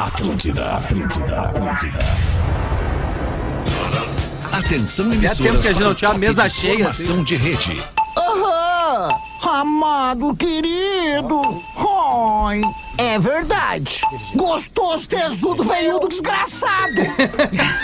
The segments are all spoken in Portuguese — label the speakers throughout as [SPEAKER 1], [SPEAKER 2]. [SPEAKER 1] Atlântida, Atlântida, Atlântida. Atenção emissoras
[SPEAKER 2] tempo que a gente não tinha
[SPEAKER 1] para o
[SPEAKER 2] uma mesa
[SPEAKER 1] top de
[SPEAKER 2] cheia, assim.
[SPEAKER 1] Formação de rede.
[SPEAKER 3] Aham! Amado querido! Oi! É verdade! Gostoso, tesudo, veiudo, desgraçado!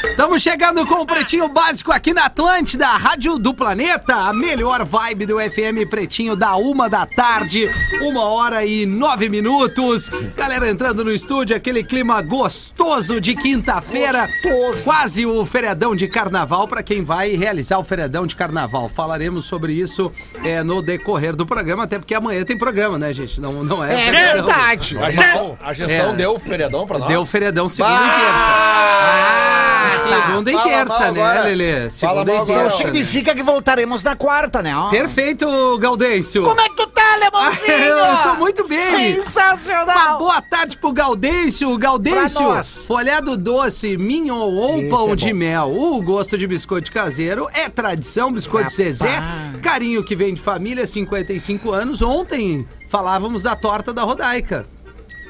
[SPEAKER 2] Estamos chegando com o Pretinho Básico aqui na Atlântida, a Rádio do Planeta, a melhor vibe do FM Pretinho da uma da tarde, uma hora e nove minutos. Galera entrando no estúdio, aquele clima gostoso de quinta-feira,
[SPEAKER 3] Gostoso.
[SPEAKER 2] quase o feriadão de carnaval para quem vai realizar o feriadão de carnaval. Falaremos sobre isso é, no decorrer do programa, até porque amanhã tem programa, né, gente? Não, não é, feriadão.
[SPEAKER 4] A gestão, a gestão
[SPEAKER 2] É.
[SPEAKER 4] Tá. deu o feriadão pra nós.
[SPEAKER 2] Deu feriadão segunda e terça. É Segunda e
[SPEAKER 4] Fala
[SPEAKER 2] terça,
[SPEAKER 4] mal
[SPEAKER 2] né,
[SPEAKER 4] agora.
[SPEAKER 2] Lelê?
[SPEAKER 4] Fala
[SPEAKER 2] Segunda
[SPEAKER 4] mal
[SPEAKER 2] e
[SPEAKER 4] agora.
[SPEAKER 2] terça. né?
[SPEAKER 3] Significa que voltaremos na quarta, né? ó?
[SPEAKER 2] Perfeito, Gaudêncio.
[SPEAKER 3] Como é que tu tá, Lemãozinho?
[SPEAKER 2] Eu tô muito bem. Uma
[SPEAKER 3] Sensacional!
[SPEAKER 2] boa tarde pro Gaudêncio. Gaudêncio,
[SPEAKER 3] Pra nós.
[SPEAKER 2] folhado doce, mignon ou
[SPEAKER 3] Esse
[SPEAKER 2] pão
[SPEAKER 3] é
[SPEAKER 2] de
[SPEAKER 3] bom.
[SPEAKER 2] mel. O gosto de biscoito caseiro é tradição. Biscoito
[SPEAKER 3] Rapaz.
[SPEAKER 2] Zezé, carinho que vem de família, 55 anos. Ontem falávamos da torta da Rodaica.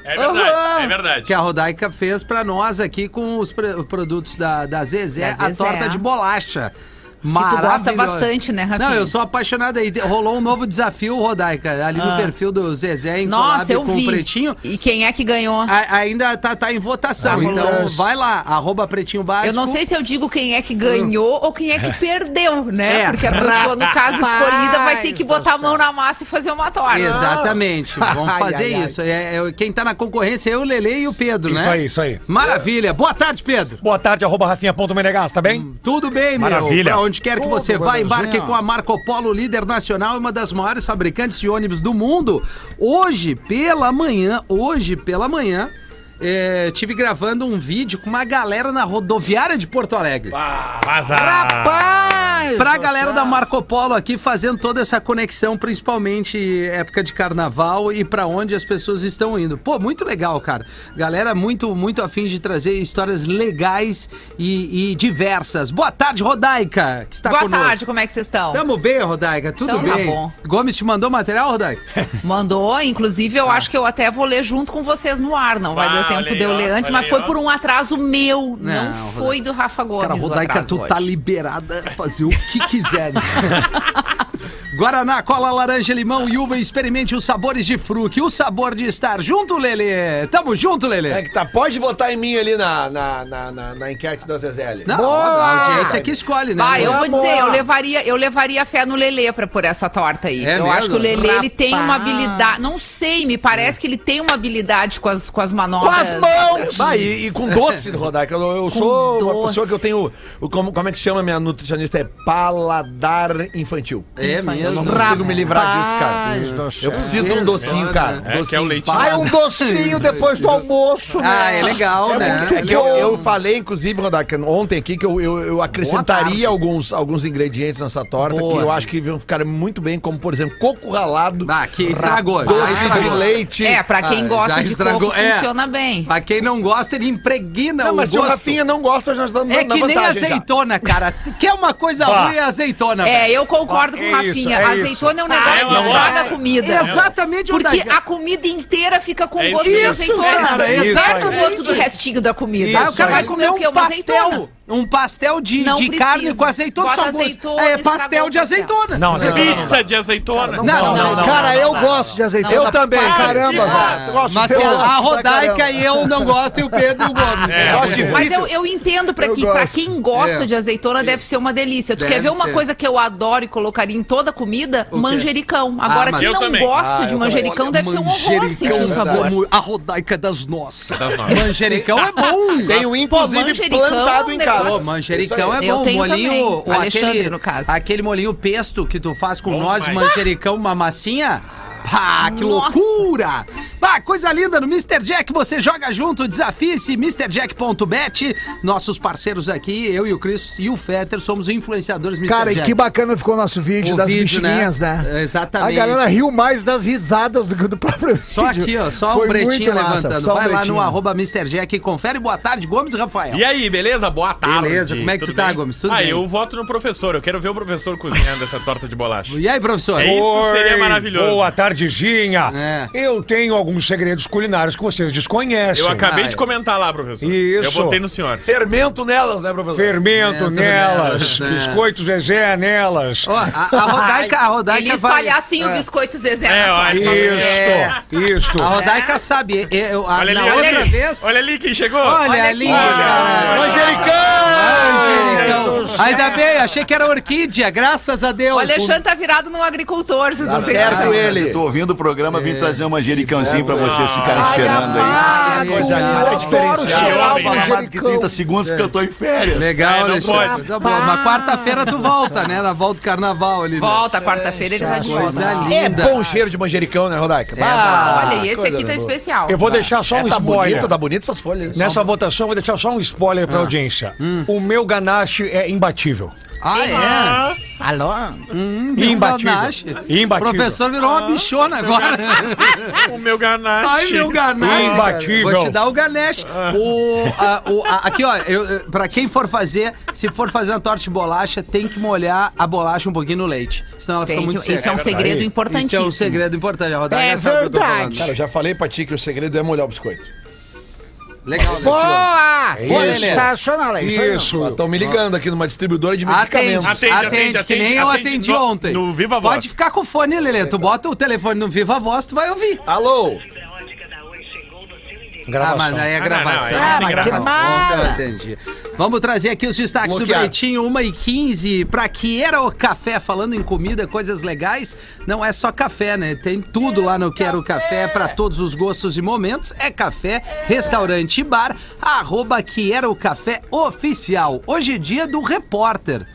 [SPEAKER 5] É verdade,
[SPEAKER 3] Aham.
[SPEAKER 5] é verdade.
[SPEAKER 2] que a Rodaica fez pra nós aqui com os pr- produtos da, da Zezé,
[SPEAKER 6] Da
[SPEAKER 2] a
[SPEAKER 6] Zezé.
[SPEAKER 2] torta de bolacha.
[SPEAKER 6] gosta
[SPEAKER 2] Maravilhosa.
[SPEAKER 6] bastante, né, Rafinha?
[SPEAKER 2] Não, eu sou apaixonada. E te- rolou um novo desafio, Rodaica, ali no
[SPEAKER 6] Ah.
[SPEAKER 2] perfil do Zezé em collab
[SPEAKER 6] Nossa, eu
[SPEAKER 2] com
[SPEAKER 6] vi.
[SPEAKER 2] o Pretinho.
[SPEAKER 6] E quem é que ganhou?
[SPEAKER 2] A- ainda tá, tá em votação,
[SPEAKER 6] Tá
[SPEAKER 2] então
[SPEAKER 6] rolando.
[SPEAKER 2] vai lá, arroba Pretinho Básico.
[SPEAKER 6] Eu não sei se eu digo quem é que ganhou ou quem é que perdeu, né?
[SPEAKER 2] É.
[SPEAKER 6] Porque a pessoa, no caso escolhida, vai ter que botar a mão na massa e fazer uma torta.
[SPEAKER 2] Exatamente, vamos
[SPEAKER 3] Ai,
[SPEAKER 2] fazer
[SPEAKER 3] ai, ai.
[SPEAKER 2] isso. É, é- quem tá na concorrência é eu, o Lele e o Pedro, né?
[SPEAKER 7] Isso aí, isso aí.
[SPEAKER 2] Maravilha, boa tarde, Pedro.
[SPEAKER 7] Boa tarde, arroba rafinha.menegas, tá
[SPEAKER 4] Hum.
[SPEAKER 7] bem?
[SPEAKER 2] Tudo bem, meu.
[SPEAKER 7] Maravilha.
[SPEAKER 2] Pra onde quer que
[SPEAKER 3] Tudo,
[SPEAKER 2] você vá,
[SPEAKER 3] Guadaluzinho.
[SPEAKER 2] embarque com a Marco Polo, líder nacional e uma das maiores fabricantes de ônibus do mundo. Hoje pela manhã, hoje pela manhã, é, tive gravando um vídeo com uma galera na rodoviária de Porto Alegre.
[SPEAKER 3] Rapaz!
[SPEAKER 2] Pra galera da Marco Polo aqui fazendo toda essa conexão, principalmente época de carnaval e pra onde as pessoas estão indo. Pô, muito legal, cara. Galera muito, muito afim de trazer histórias legais e, e diversas. Boa tarde, Rodaica, que está Tá
[SPEAKER 6] Boa
[SPEAKER 2] conosco. Então-
[SPEAKER 6] tarde, como é que vocês estão?
[SPEAKER 2] Tamo bem, Rodaica, tudo
[SPEAKER 6] Então tá
[SPEAKER 2] bem.
[SPEAKER 6] bom.
[SPEAKER 2] Gomes te mandou material, Rodaica?
[SPEAKER 6] Mandou, inclusive
[SPEAKER 2] Ah.
[SPEAKER 6] eu acho que eu até vou ler junto com vocês no ar, não vai
[SPEAKER 5] Ah,
[SPEAKER 6] dar tempo
[SPEAKER 5] olha
[SPEAKER 6] de eu
[SPEAKER 5] aí,
[SPEAKER 6] ler
[SPEAKER 5] ó,
[SPEAKER 6] antes,
[SPEAKER 5] olha
[SPEAKER 6] mas
[SPEAKER 5] aí,
[SPEAKER 6] foi
[SPEAKER 5] ó.
[SPEAKER 6] por um atraso meu, não,
[SPEAKER 2] Não,
[SPEAKER 6] foi do Rafa Gomes.
[SPEAKER 2] Cara,
[SPEAKER 6] o
[SPEAKER 2] Rodaica,
[SPEAKER 6] atraso
[SPEAKER 2] tu
[SPEAKER 6] hoje.
[SPEAKER 2] tá liberada a fazer o que quiser. né? Guaraná, cola, laranja, limão e uva. Experimente os sabores de fruque. O sabor de estar junto, Lelê. Tamo junto,
[SPEAKER 4] É
[SPEAKER 2] Lelê.
[SPEAKER 4] que tá, pode votar em mim ali na, na, na, na- na enquete da Zezé.
[SPEAKER 2] Não, a audiência que escolhe, né?
[SPEAKER 6] Ah, eu
[SPEAKER 3] Boa,
[SPEAKER 6] vou dizer,
[SPEAKER 3] boa.
[SPEAKER 6] eu levaria, eu levaria fé no Lelê pra pôr essa torta aí.
[SPEAKER 2] É
[SPEAKER 6] eu
[SPEAKER 2] mesmo?
[SPEAKER 6] acho que o Lelê ele tem uma
[SPEAKER 3] Rapaz.
[SPEAKER 6] habilidade, não sei, me parece que ele tem uma habilidade com as, com as manobras.
[SPEAKER 4] Bah, é. e, e com doce, Rodaica. Eu, eu sou uma
[SPEAKER 6] doce.
[SPEAKER 4] pessoa que eu tenho. o- Como, como é que chama minha nutricionista? É paladar infantil.
[SPEAKER 2] É
[SPEAKER 4] Eu
[SPEAKER 2] mesmo.
[SPEAKER 4] não consigo me livrar disso, cara. Eu preciso de um docinho, cara.
[SPEAKER 5] É, que é o leitinho.
[SPEAKER 3] Vai um docinho depois do almoço, né?
[SPEAKER 2] Ah, é legal,
[SPEAKER 4] É
[SPEAKER 2] né?
[SPEAKER 4] muito
[SPEAKER 2] É
[SPEAKER 4] que eu,
[SPEAKER 2] legal.
[SPEAKER 4] eu falei, inclusive, Rodaica, ontem aqui, que eu, eu, eu acrescentaria alguns, alguns ingredientes nessa torta que eu acho que vão ficar muito bem, como, por exemplo, coco ralado,
[SPEAKER 2] Ah, que estragou. já
[SPEAKER 4] doce de
[SPEAKER 2] estragou.
[SPEAKER 4] leite.
[SPEAKER 6] É, pra quem
[SPEAKER 2] Ah, já
[SPEAKER 6] gosta de
[SPEAKER 2] estragou,
[SPEAKER 6] coco,
[SPEAKER 2] é.
[SPEAKER 6] funciona bem.
[SPEAKER 2] Pra quem não gosta, ele impregna
[SPEAKER 4] Não,
[SPEAKER 2] o
[SPEAKER 4] mas se
[SPEAKER 2] gosto.
[SPEAKER 4] o Rafinha não gosta, nós estamos
[SPEAKER 2] É
[SPEAKER 4] na
[SPEAKER 2] que nem
[SPEAKER 4] vantagem já.
[SPEAKER 2] azeitona, cara. Quer uma coisa
[SPEAKER 7] Bah.
[SPEAKER 2] ruim, é azeitona.
[SPEAKER 6] É,
[SPEAKER 2] velho.
[SPEAKER 6] eu concordo com o
[SPEAKER 7] É isso,
[SPEAKER 6] Rafinha.
[SPEAKER 7] é
[SPEAKER 6] azeitona é um negócio
[SPEAKER 5] eu
[SPEAKER 6] que estraga
[SPEAKER 5] adoro.
[SPEAKER 6] a comida.
[SPEAKER 2] Exatamente,
[SPEAKER 6] Porque
[SPEAKER 2] Rodaica.
[SPEAKER 6] a comida inteira fica com
[SPEAKER 5] É
[SPEAKER 6] gosto de
[SPEAKER 5] isso,
[SPEAKER 6] azeitona.
[SPEAKER 2] cara, é
[SPEAKER 6] não é
[SPEAKER 2] exatamente.
[SPEAKER 6] com gosto do restinho da comida.
[SPEAKER 2] Aí o cara vai
[SPEAKER 6] Vai
[SPEAKER 2] comer
[SPEAKER 6] É o quê?
[SPEAKER 2] um
[SPEAKER 6] Uma
[SPEAKER 2] pastel.
[SPEAKER 6] azeitona.
[SPEAKER 2] Um pastel de,
[SPEAKER 6] Não
[SPEAKER 2] de
[SPEAKER 6] precisa.
[SPEAKER 2] carne com azeitona.
[SPEAKER 6] Bota
[SPEAKER 2] só gosto.
[SPEAKER 6] azeitona,
[SPEAKER 2] é
[SPEAKER 6] estragou
[SPEAKER 2] pastel de
[SPEAKER 6] o pastel.
[SPEAKER 2] azeitona.
[SPEAKER 7] Não, azeitona não dá.
[SPEAKER 5] é Pizza de azeitona.
[SPEAKER 2] Não, não,
[SPEAKER 6] não, não,
[SPEAKER 3] Cara,
[SPEAKER 6] não,
[SPEAKER 3] eu
[SPEAKER 6] não,
[SPEAKER 3] gosto
[SPEAKER 6] não,
[SPEAKER 3] de azeitona.
[SPEAKER 6] não,
[SPEAKER 4] Eu também,
[SPEAKER 3] pra
[SPEAKER 4] caramba. um
[SPEAKER 3] caramba.
[SPEAKER 4] Gosto,
[SPEAKER 2] Mas
[SPEAKER 4] eu
[SPEAKER 2] se
[SPEAKER 4] gosto
[SPEAKER 2] a
[SPEAKER 4] pra
[SPEAKER 2] Rodaica
[SPEAKER 4] caramba.
[SPEAKER 2] e eu não gostam e o Pedro e o Gomes.
[SPEAKER 5] É,
[SPEAKER 4] Gosto de
[SPEAKER 6] Mas eu,
[SPEAKER 4] difícil.
[SPEAKER 6] eu entendo pra,
[SPEAKER 3] Eu
[SPEAKER 6] que, pra
[SPEAKER 3] gosto.
[SPEAKER 6] quem gosta
[SPEAKER 2] É.
[SPEAKER 6] de azeitona deve ser uma delícia. Tu quer
[SPEAKER 2] Deve
[SPEAKER 6] ver uma
[SPEAKER 2] ser.
[SPEAKER 6] coisa que eu adoro e colocaria em toda comida?
[SPEAKER 2] quê?
[SPEAKER 6] manjericão.
[SPEAKER 2] Ah,
[SPEAKER 6] Agora,
[SPEAKER 2] mas-
[SPEAKER 6] quem
[SPEAKER 5] Eu
[SPEAKER 6] não
[SPEAKER 5] também.
[SPEAKER 6] gosta
[SPEAKER 4] Ah,
[SPEAKER 6] de
[SPEAKER 4] eu
[SPEAKER 6] manjericão deve ser um horror sentir o sabor.
[SPEAKER 2] como a Rodaica das nossas.
[SPEAKER 5] Das nossas.
[SPEAKER 2] Manjericão é bom.
[SPEAKER 4] Tenho, inclusive,
[SPEAKER 6] manjericão
[SPEAKER 4] plantado
[SPEAKER 6] é um
[SPEAKER 4] em
[SPEAKER 2] Pô,
[SPEAKER 4] casa.
[SPEAKER 6] negócio-
[SPEAKER 2] manjericão é
[SPEAKER 6] Isso aí. Eu
[SPEAKER 2] bom.
[SPEAKER 6] tenho
[SPEAKER 2] molinho,
[SPEAKER 6] também.
[SPEAKER 2] o-
[SPEAKER 6] Alexandre,
[SPEAKER 2] aquele,
[SPEAKER 6] no caso.
[SPEAKER 2] Aquele molinho pesto que tu faz com
[SPEAKER 5] Bom
[SPEAKER 2] nós,
[SPEAKER 5] demais.
[SPEAKER 2] manjericão, uma massinha. Pá, que
[SPEAKER 6] Nossa.
[SPEAKER 2] loucura! Ah, coisa linda no Mr. Jack, você joga junto, desafie-se, MrJack.bet. Nossos parceiros aqui, eu e o Cris e o Fetter, somos influenciadores Mr.
[SPEAKER 8] Cara, e
[SPEAKER 2] Jack.
[SPEAKER 8] que bacana ficou o nosso vídeo
[SPEAKER 2] O
[SPEAKER 8] das
[SPEAKER 2] vídeo,
[SPEAKER 8] mexerinhas,
[SPEAKER 2] né?
[SPEAKER 8] né?
[SPEAKER 2] Exatamente.
[SPEAKER 8] A galera riu mais das risadas do que do próprio vídeo.
[SPEAKER 2] Só aqui, ó, só
[SPEAKER 8] Foi
[SPEAKER 2] um
[SPEAKER 8] muito
[SPEAKER 2] pretinho
[SPEAKER 8] massa,
[SPEAKER 2] levantando.
[SPEAKER 8] só um
[SPEAKER 2] Vai lá
[SPEAKER 8] pretinho.
[SPEAKER 2] no arroba Mr. Jack e confere. Boa tarde, Gomes e Rafael.
[SPEAKER 5] E aí, beleza? Boa tarde.
[SPEAKER 2] Beleza, como é que tu
[SPEAKER 5] Tudo
[SPEAKER 2] tá,
[SPEAKER 5] bem?
[SPEAKER 2] Gomes? Tudo
[SPEAKER 5] ah,
[SPEAKER 2] bem.
[SPEAKER 5] eu voto no professor. Eu quero ver o professor cozinhando essa torta de bolacha.
[SPEAKER 2] E aí, professor?
[SPEAKER 5] É isso seria
[SPEAKER 7] Oi,
[SPEAKER 5] maravilhoso.
[SPEAKER 7] Boa tardezinha.
[SPEAKER 2] É.
[SPEAKER 7] Eu tenho alguns segredos culinários que vocês desconhecem.
[SPEAKER 5] Eu acabei
[SPEAKER 2] Ah,
[SPEAKER 5] de
[SPEAKER 2] é.
[SPEAKER 5] comentar lá, professor.
[SPEAKER 7] Isso.
[SPEAKER 5] Eu votei no senhor.
[SPEAKER 4] Fermento nelas, né, professor?
[SPEAKER 7] Fermento
[SPEAKER 2] Fermento
[SPEAKER 7] nelas,
[SPEAKER 2] nelas, né?
[SPEAKER 7] biscoito Zezé nelas.
[SPEAKER 2] Ó, a, a Rodaica, a Rodaica
[SPEAKER 6] Ele
[SPEAKER 2] vai-
[SPEAKER 6] espalhar assim o biscoito Zezé.
[SPEAKER 2] tá
[SPEAKER 5] É, ó,
[SPEAKER 7] Isto,
[SPEAKER 2] É.
[SPEAKER 7] isto.
[SPEAKER 2] A Rodaica sabe. eu- eu- a-
[SPEAKER 5] Olha
[SPEAKER 2] na
[SPEAKER 5] ali,
[SPEAKER 2] outra
[SPEAKER 5] olha ali.
[SPEAKER 2] vez.
[SPEAKER 5] Olha ali quem chegou.
[SPEAKER 2] Olha, ali. cara.
[SPEAKER 4] Angelicão!
[SPEAKER 2] Então, ainda bem, achei que era orquídea, graças a Deus.
[SPEAKER 6] O Alexandre tá virado num agricultor, vocês não têm
[SPEAKER 4] Tá Certo
[SPEAKER 6] noção.
[SPEAKER 4] ele.
[SPEAKER 9] Tô ouvindo o programa,
[SPEAKER 2] É,
[SPEAKER 9] vim trazer um manjericãozinho pra vocês ficarem
[SPEAKER 3] Ai,
[SPEAKER 9] cheirando aí.
[SPEAKER 3] amado,
[SPEAKER 4] Coisa linda,
[SPEAKER 3] eu adoro
[SPEAKER 4] diferencial.
[SPEAKER 3] cheirar o
[SPEAKER 5] Homem,
[SPEAKER 2] um
[SPEAKER 9] Mais
[SPEAKER 5] amado,
[SPEAKER 9] que 30
[SPEAKER 3] manjericão.
[SPEAKER 9] segundos porque eu tô em férias.
[SPEAKER 2] Legal,
[SPEAKER 5] É, não
[SPEAKER 2] Alexandre.
[SPEAKER 5] pode.
[SPEAKER 2] Coisa boa. Mas quarta-feira tu volta, né? Na volta do carnaval ali. né?
[SPEAKER 6] Volta, quarta-feira ele tá de volta.
[SPEAKER 2] Coisa
[SPEAKER 4] É
[SPEAKER 2] linda.
[SPEAKER 4] bom o cheiro de manjericão, né, Rodaica?
[SPEAKER 2] É,
[SPEAKER 4] Ah,
[SPEAKER 6] Olha, e esse
[SPEAKER 4] coisa
[SPEAKER 6] aqui tá
[SPEAKER 4] boa.
[SPEAKER 6] especial.
[SPEAKER 7] Eu vou deixar só um
[SPEAKER 4] É, tá
[SPEAKER 7] spoiler.
[SPEAKER 4] bonita, tá bonita essas folhas.
[SPEAKER 7] Nessa votação, eu vou deixar só um spoiler pra audiência. O meu ganache é imbatível.
[SPEAKER 2] Ah, é?
[SPEAKER 3] Alô?
[SPEAKER 7] imbatível.
[SPEAKER 2] Ganache.
[SPEAKER 7] Imbatível.
[SPEAKER 2] Professor virou
[SPEAKER 5] Ah,
[SPEAKER 2] uma bichona
[SPEAKER 5] tá.
[SPEAKER 2] agora.
[SPEAKER 5] O meu ganache.
[SPEAKER 2] Ai, meu Ganache.
[SPEAKER 7] Imbatível.
[SPEAKER 2] Vou te dar o Ganesh. O, a- o- a- aqui, ó, eu, eh, pra quem for fazer, se for fazer uma torta de bolacha, tem que molhar a bolacha um pouquinho no leite. Senão ela fica
[SPEAKER 6] Tem que-
[SPEAKER 2] muito seca.
[SPEAKER 6] isso é um
[SPEAKER 2] Isso
[SPEAKER 6] segredo
[SPEAKER 2] é
[SPEAKER 6] importantíssimo.
[SPEAKER 2] um segredo importante. A rodada
[SPEAKER 3] É
[SPEAKER 2] sabe o que eu tô falando.
[SPEAKER 4] Cara, eu já falei pra ti que o segredo é molhar o biscoito.
[SPEAKER 2] Legal, né?
[SPEAKER 3] Boa!
[SPEAKER 2] Boa, Lelê.
[SPEAKER 3] Sensacional, é isso aí, não?
[SPEAKER 7] Isso.
[SPEAKER 4] Estão me ligando aqui numa distribuidora de
[SPEAKER 2] Atende,
[SPEAKER 4] medicamentos.
[SPEAKER 2] atende,
[SPEAKER 5] Atende, atende,
[SPEAKER 2] que nem
[SPEAKER 5] atende,
[SPEAKER 2] eu
[SPEAKER 5] atende.
[SPEAKER 2] atendi
[SPEAKER 5] No-
[SPEAKER 2] ontem.
[SPEAKER 5] no Viva Voz.
[SPEAKER 2] Pode ficar com o fone, Lelê. Tu bota o telefone no Viva Voz, tu vai ouvir.
[SPEAKER 4] Alô?
[SPEAKER 2] Ah,
[SPEAKER 7] Gravação.
[SPEAKER 2] mas aí é
[SPEAKER 5] Ah, não,
[SPEAKER 2] gravação.
[SPEAKER 5] não, é
[SPEAKER 2] Ah, mas que
[SPEAKER 5] gravação.
[SPEAKER 2] mala. Entendi. Vamos trazer aqui os destaques
[SPEAKER 4] Bloquear.
[SPEAKER 2] do Pretinho, 1 e 15. Pra que era o café, falando em comida, coisas legais, não é só café, né? Tem tudo lá no Quero Café, pra todos os gostos e momentos. É café, restaurante e bar, arroba que era o café oficial. Hoje é dia do repórter.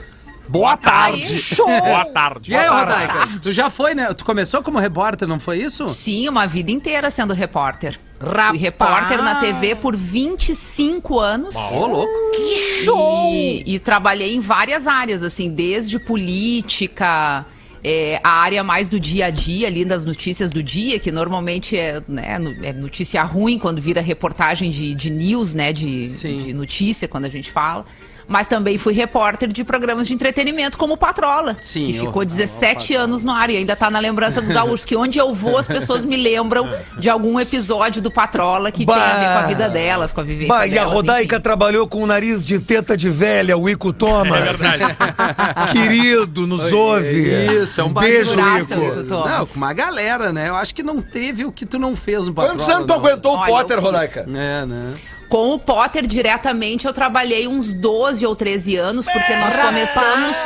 [SPEAKER 2] Boa tarde.
[SPEAKER 3] Show!
[SPEAKER 5] Boa tarde.
[SPEAKER 2] E aí, Rodaica? Tu já foi, né? Tu começou como repórter, não foi isso?
[SPEAKER 6] Sim, uma vida inteira sendo repórter. Fui repórter na TV por 25 anos.
[SPEAKER 2] Ô, louco.
[SPEAKER 6] Que show! E, e trabalhei em várias áreas, assim, desde política, é, a área mais do dia a dia, ali das notícias do dia, que normalmente é, né, no- é notícia ruim quando vira reportagem de, de news, né? De,
[SPEAKER 2] Sim.
[SPEAKER 6] de notícia, quando a gente fala. Mas também fui repórter de programas de entretenimento, como Patrola,
[SPEAKER 2] Sim, oh,
[SPEAKER 6] que
[SPEAKER 2] eu-
[SPEAKER 6] ficou 17 anos no ar e ainda tá na lembrança dos gaúchos, que onde eu vou as pessoas me lembram de algum episódio do Patrola que tem a ver com a vida delas, com a vivência
[SPEAKER 7] Bah, e a
[SPEAKER 6] delas,
[SPEAKER 7] Rodaica
[SPEAKER 6] enfim.
[SPEAKER 7] trabalhou com o nariz de teta de velha, o Ico
[SPEAKER 5] É
[SPEAKER 7] Thomas.
[SPEAKER 5] verdade.
[SPEAKER 7] Querido, nos ouve.
[SPEAKER 2] Isso, é um
[SPEAKER 7] Beijo,
[SPEAKER 6] Abraço,
[SPEAKER 7] Ico.
[SPEAKER 6] Ico Thomas.
[SPEAKER 2] Não, com uma galera, né? Eu acho que não teve o que tu não fez no patrão.
[SPEAKER 4] Quantos anos tu aguentou o
[SPEAKER 6] Olha, eu
[SPEAKER 4] Potter,
[SPEAKER 6] fiz.
[SPEAKER 4] Rodaica?
[SPEAKER 2] É, né?
[SPEAKER 6] Com o Potter diretamente, eu trabalhei uns 12 ou 13 anos, porque nós começamos.